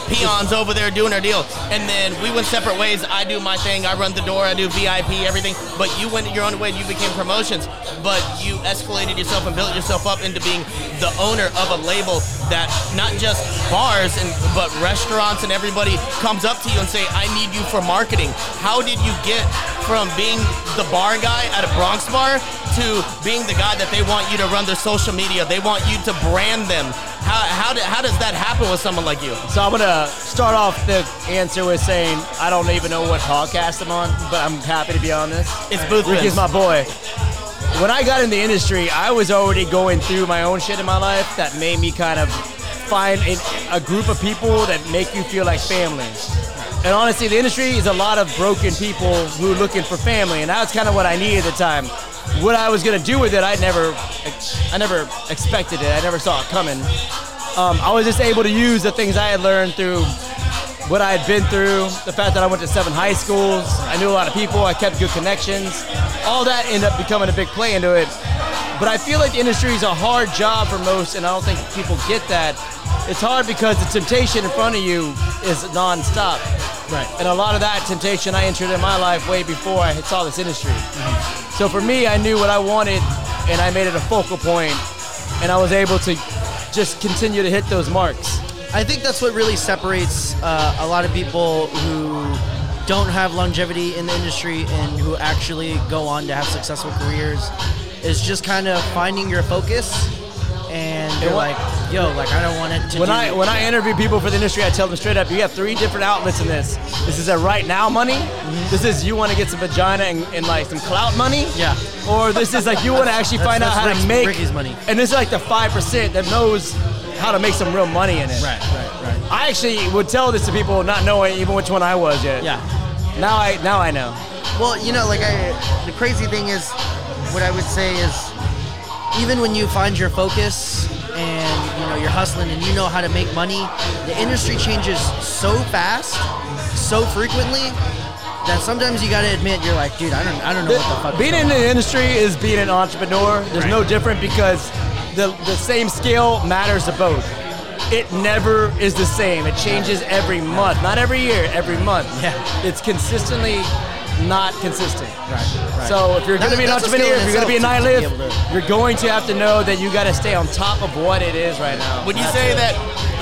S1: peons over there doing their deal. And then we went separate ways. I do my thing. I run the door. I do VIP, everything. But you went your own way and you became promotions. But you escalated yourself and built yourself up into being the owner of a label that not just bars and but restaurants and everybody comes up to you and say, "I need you for marketing." How did you get from being the bar guy at a Bronx bar to being the guy that they want you to run their social media? They want you to brand them. How how, do, how does that happen with someone like you?
S5: So I'm gonna start off the answer with saying I don't even know what podcast I'm on, but I'm happy to be on this.
S1: It's Booth
S5: Ricky's
S1: Fizz.
S5: my boy. When I got in the industry, I was already going through my own shit in my life that made me kind of find a, a group of people that make you feel like family. And honestly, the industry is a lot of broken people who are looking for family, and that's kind of what I needed at the time. What I was gonna do with it, I never, I never expected it. I never saw it coming. Um, I was just able to use the things I had learned through what I had been through, the fact that I went to seven high schools, I knew a lot of people, I kept good connections. All that ended up becoming a big play into it. But I feel like the industry is a hard job for most, and I don't think people get that. It's hard because the temptation in front of you is nonstop. Right. And a lot of that temptation I entered in my life way before I saw this industry. So for me, I knew what I wanted, and I made it a focal point, and I was able to just continue to hit those marks.
S6: I think that's what really separates uh, a lot of people who don't have longevity in the industry and who actually go on to have successful careers is just kind of finding your focus and you're
S5: what-
S6: like, yo, like I don't want it to.
S5: When
S6: do-
S5: I when I interview people for the industry, I tell them straight up, you have three different outlets in this. This is a right now money. This is you want to get some vagina and, and like some clout money.
S6: Yeah.
S5: Or this is like you want to actually
S6: That's-
S5: find out
S6: that's
S5: how
S6: Rick's-
S5: to make
S6: Ricky's money.
S5: And this is like the five percent that knows how to make some real money in it.
S6: right, right, right.
S5: I actually would tell this to people not knowing even which one I was yet.
S6: Yeah.
S5: Now I now I know.
S6: Well, you know, like I, the crazy thing is, what I would say is, even when you find your focus and you know you're hustling and you know how to make money, the industry changes so fast, so frequently that sometimes you got to admit you're like, dude, I don't, I don't know what the fuck. is
S5: being
S6: going
S5: in
S6: on."
S5: the industry is being an entrepreneur. There's no different because the, the same skill matters to both. It never is the same. It changes every month. Not every year, every month.
S6: Yeah.
S5: It's consistently not consistent.
S6: Right, right.
S5: So if you're going to
S6: That-
S5: be an
S6: that's a
S5: entrepreneur, if
S6: skill in
S5: you're going to be a
S6: itself to be
S5: nihilist,
S6: able
S5: you're going to have to know that you got to stay on top of what it is right now.
S1: Would you
S5: That's
S1: say
S5: it.
S1: that?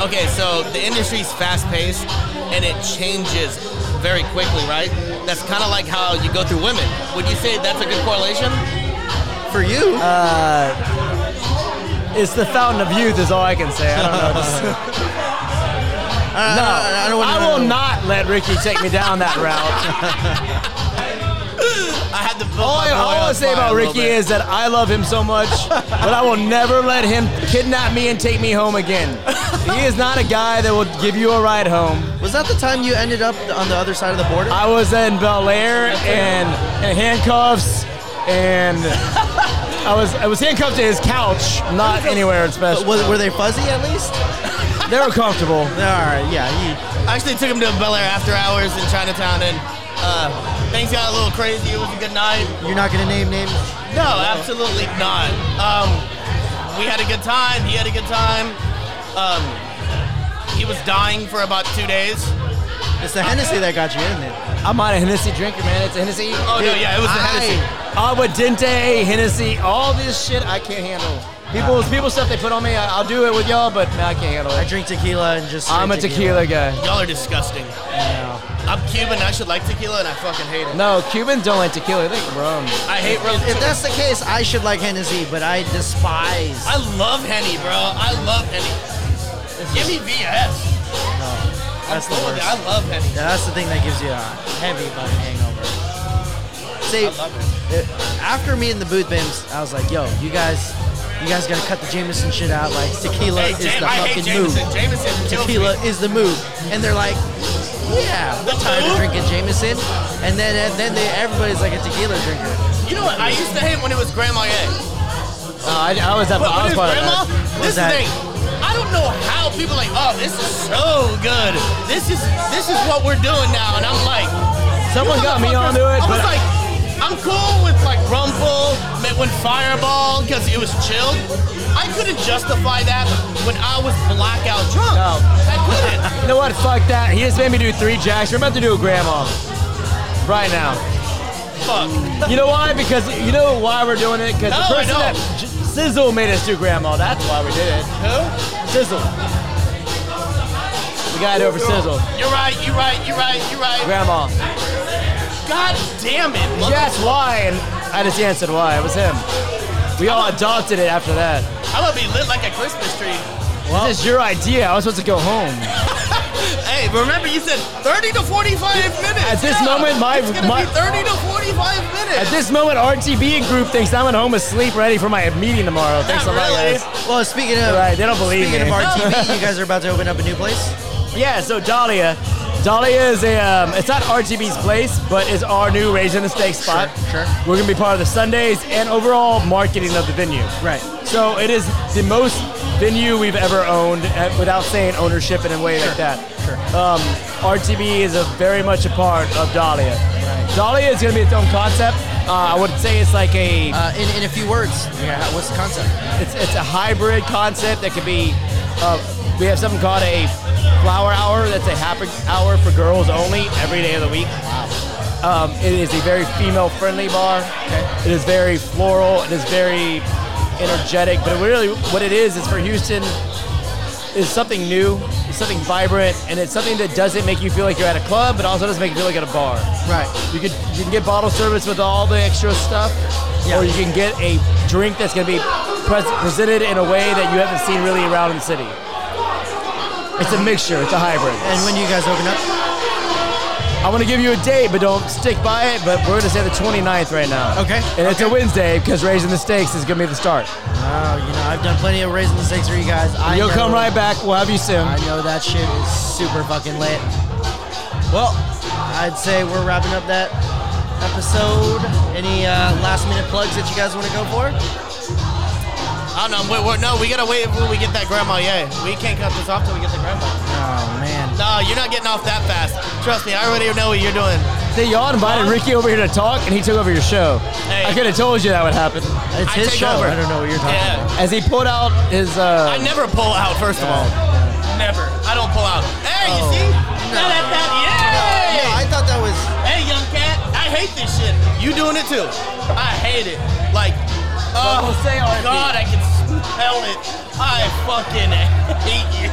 S1: Okay, so the industry's fast paced and it changes very quickly, right? That's kind of like how you go through women. Would you say that's a good correlation?
S6: for you.
S5: it's the fountain of youth? Is all I can say. I don't know.
S6: I,
S5: No,
S6: Uh, I, I don't want to.
S5: I will not let Ricky take me down that route.
S1: I had the.
S5: All I, all I want to say about Ricky is that I love him so much, but I will never let him kidnap me and take me home again. He is not a guy that will give you a ride home.
S6: Was that the time you ended up on the other side of the border?
S5: I was in Bel Air and, and handcuffs, and I was I was handcuffed to his couch, not anywhere special.
S6: was, were they fuzzy at least?
S5: They were comfortable.
S6: All right, yeah. You,
S1: I actually took him to Bel Air after hours in Chinatown, and uh, things got a little crazy. It was a good night.
S6: you're not gonna name names.
S1: No, absolutely not. Um, we had a good time. He had a good time. Um, he was dying for about two days.
S6: It's the Hennessy that got you in there.
S5: I'm not a Hennessy drinker, man. It's a Hennessy.
S1: Oh no, yeah, it was the
S6: I-
S1: Hennessy.
S5: Agua Dente, Hennessy, all this shit I can't handle. People, people stuff they put on me, I, I'll do it with y'all, but man, I can't handle
S6: I
S5: it.
S6: drink tequila and just.
S5: I'm a
S6: drink
S5: tequila guy.
S1: Y'all are disgusting. I'm Cuban. I should like tequila, and I fucking hate it.
S5: No, Cubans don't like tequila. They like rum.
S1: I hate rum.
S6: If that's the case, I should like Hennessy, but I despise.
S1: I love Henny, bro. I love Henny. Give me VS.
S6: That's the
S1: Cool with it. I
S6: worst.
S1: love Henny.
S6: Yeah, that's the thing that gives you a heavy fucking hangover. See, it- after me and the booth bims, I was like, "Yo, you guys, you guys gotta cut the Jameson shit out. Like tequila
S1: Hey,
S6: is
S1: Jam-
S6: the
S1: I hate
S6: fucking
S1: Jameson.
S6: move.
S1: Jameson kills
S6: Tequila
S1: me.
S6: is the move." And they're like, "Yeah, we're tired of
S1: move?
S6: drinking Jameson." And then and then they, everybody's like a tequila drinker.
S1: You know what? I used to hate when it was Grandma A.
S5: No, I, I was at
S1: But
S5: I
S1: when
S5: was
S1: it's
S5: part of
S1: grandma,
S5: that.
S1: this is the
S6: that?
S1: thing. I don't know how people are like, oh, this is so good. This is this is what we're doing now, and I'm like,
S5: Someone
S1: you
S5: got me
S1: motherfuckers-
S5: onto it,
S1: I was
S5: but-
S1: like, I'm cool with like Rumble, but when Fireball because it was chilled. I couldn't justify that when I was blackout drunk.
S5: No.
S1: I couldn't.
S5: You know what? what? Fuck that. He just made me do three jacks. We're about to do a grandma. Right now.
S1: Fuck.
S5: You know why? Because you know why we're doing it? Because
S1: No,
S5: the
S1: I
S5: person
S1: don't.
S5: that J- Sizzle made us do grandma. That's why we did it.
S1: Who?
S5: Sizzle. The guy over Sizzle.
S1: You're right. You're right. You're right. You're right.
S5: Grandma.
S1: God damn it. Look,
S5: Yes, why? And I just answered why. It was him. We all adopted it after that.
S1: I'm gonna be lit like a Christmas tree.
S5: this is your idea. I was supposed to go home.
S1: Hey, remember you said 30 to 45 minutes.
S5: At this moment, my-
S1: it's gonna
S5: my-
S1: be 30 to 45 minutes.
S5: At this moment, RTB group thinks I'm at home asleep, ready for my meeting tomorrow. Thanks
S1: Not
S5: a lot,
S1: really.
S5: guys.
S6: Well, speaking of,
S5: Right, they don't believe
S6: speaking
S5: me.
S6: of RTV, you guys are about to open up a new place.
S5: Yeah, so Dahlia. Dahlia is a, um, it's not RTB's place, but it's our new Raising the Stakes spot.
S6: Sure, sure.
S5: We're going to be part of the Sundays and overall marketing of the venue.
S6: Right.
S5: So it is the most venue we've ever owned uh, without saying ownership in a way like that.
S6: sure.
S5: Um, RTB is a very much a part of Dahlia. Right. Dahlia is going to be its own concept. Uh, I would say it's like a
S6: Uh, in, in a few words, yeah, how- what's the concept?
S5: it's, it's a hybrid concept that could be. Uh, we have something called a flower hour. That's a happy hour for girls only every day of the week. Um, it is a very female-friendly bar. It is very floral. It is very energetic. But really, what it is is for Houston is something new, it's something vibrant, and it's something that doesn't make you feel like you're at a club, but also doesn't make you feel like you're at a bar.
S6: Right.
S5: You can you can get bottle service with all the extra stuff,
S6: Yeah.
S5: or you can get a drink that's going to be pres- presented in a way that you haven't seen really around in the city. It's a mixture. It's a hybrid.
S6: And when do you guys open up?
S5: I want to give you a date, but don't stick by it. But we're going to say the 29th right now.
S6: Okay.
S5: And it's a Wednesday because raising the stakes is going to be the start.
S6: Oh, you know, I've done plenty of raising the stakes for you guys. I
S5: You'll
S6: know-
S5: come right back. We'll have you soon.
S6: I know that shit is super fucking lit. Well, I'd say we're wrapping up that episode. Any uh, last minute plugs that you guys want to go for?
S1: I don't know. Wait, wait, no, we gotta wait until we get that grandma. Yeah, we can't cut this off till we get the grandma.
S6: Oh man.
S1: No, you're not getting off that fast. Trust me, I already know what you're doing.
S5: See, y'all invited Ricky over here to talk, and he took over your show.
S1: Hey.
S5: I could have told you that would happen.
S6: It's
S1: I
S6: his
S1: take
S6: show.
S1: over.
S6: I don't know what you're talking
S1: Yeah.
S6: about.
S5: As he pulled out his. Uh,
S1: I never pull out, first of all. Never. I don't pull out. Hey, you see? Not at that. Yay!
S6: No, I thought that was
S1: hey, young cat, I hate this shit. You doing it too. I hate it. Like, oh,
S5: we'll say RIP.
S1: God, I can smell it. I fucking hate you.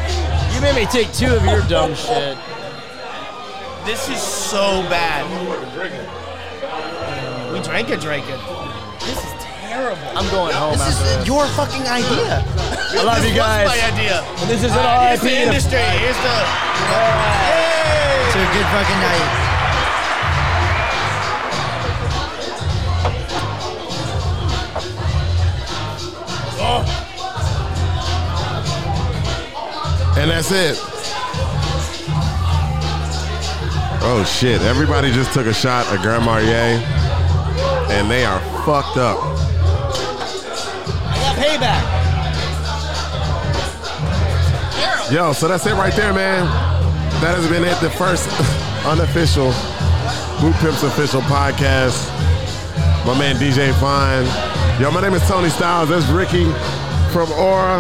S5: You made me take two of your dumb shit.
S1: This is so bad. We drank it, drank it. This is terrible.
S5: I'm going home
S6: this
S5: after
S6: is your fucking idea.
S5: I love
S1: this
S5: you
S1: was my
S5: guys.
S1: idea.
S5: This is an
S1: All right, here's
S5: RIP.
S1: the industry. Here's the. Yay!
S6: It's a good fucking night.
S2: And that's it. Oh shit, everybody just took a shot at Grand Marnier and they are fucked up.
S6: I got payback.
S2: Yo, so that's it right there, man. That has been it, the first unofficial Boot Pimps official podcast. My man DJ Fine. Yo, my name is Tony Styles. That's Ricky from Aura.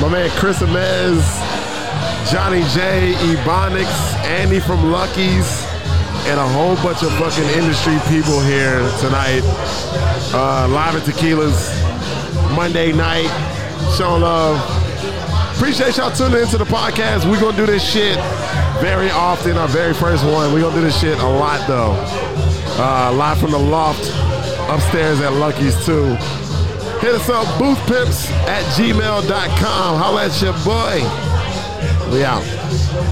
S2: My man Chris Amez, Johnny J, Ebonics, Andy from Lucky's, and a whole bunch of fucking industry people here tonight. Uh, live at Tequila's Monday night. Showing love. Appreciate y'all tuning into the podcast. We're gonna do this shit very often. Our very first one. We're gonna do this shit a lot though. Uh, live from the loft upstairs at Lucky's too. Hit us up, boothpimps at gmail.com. Holla at your boy. We out.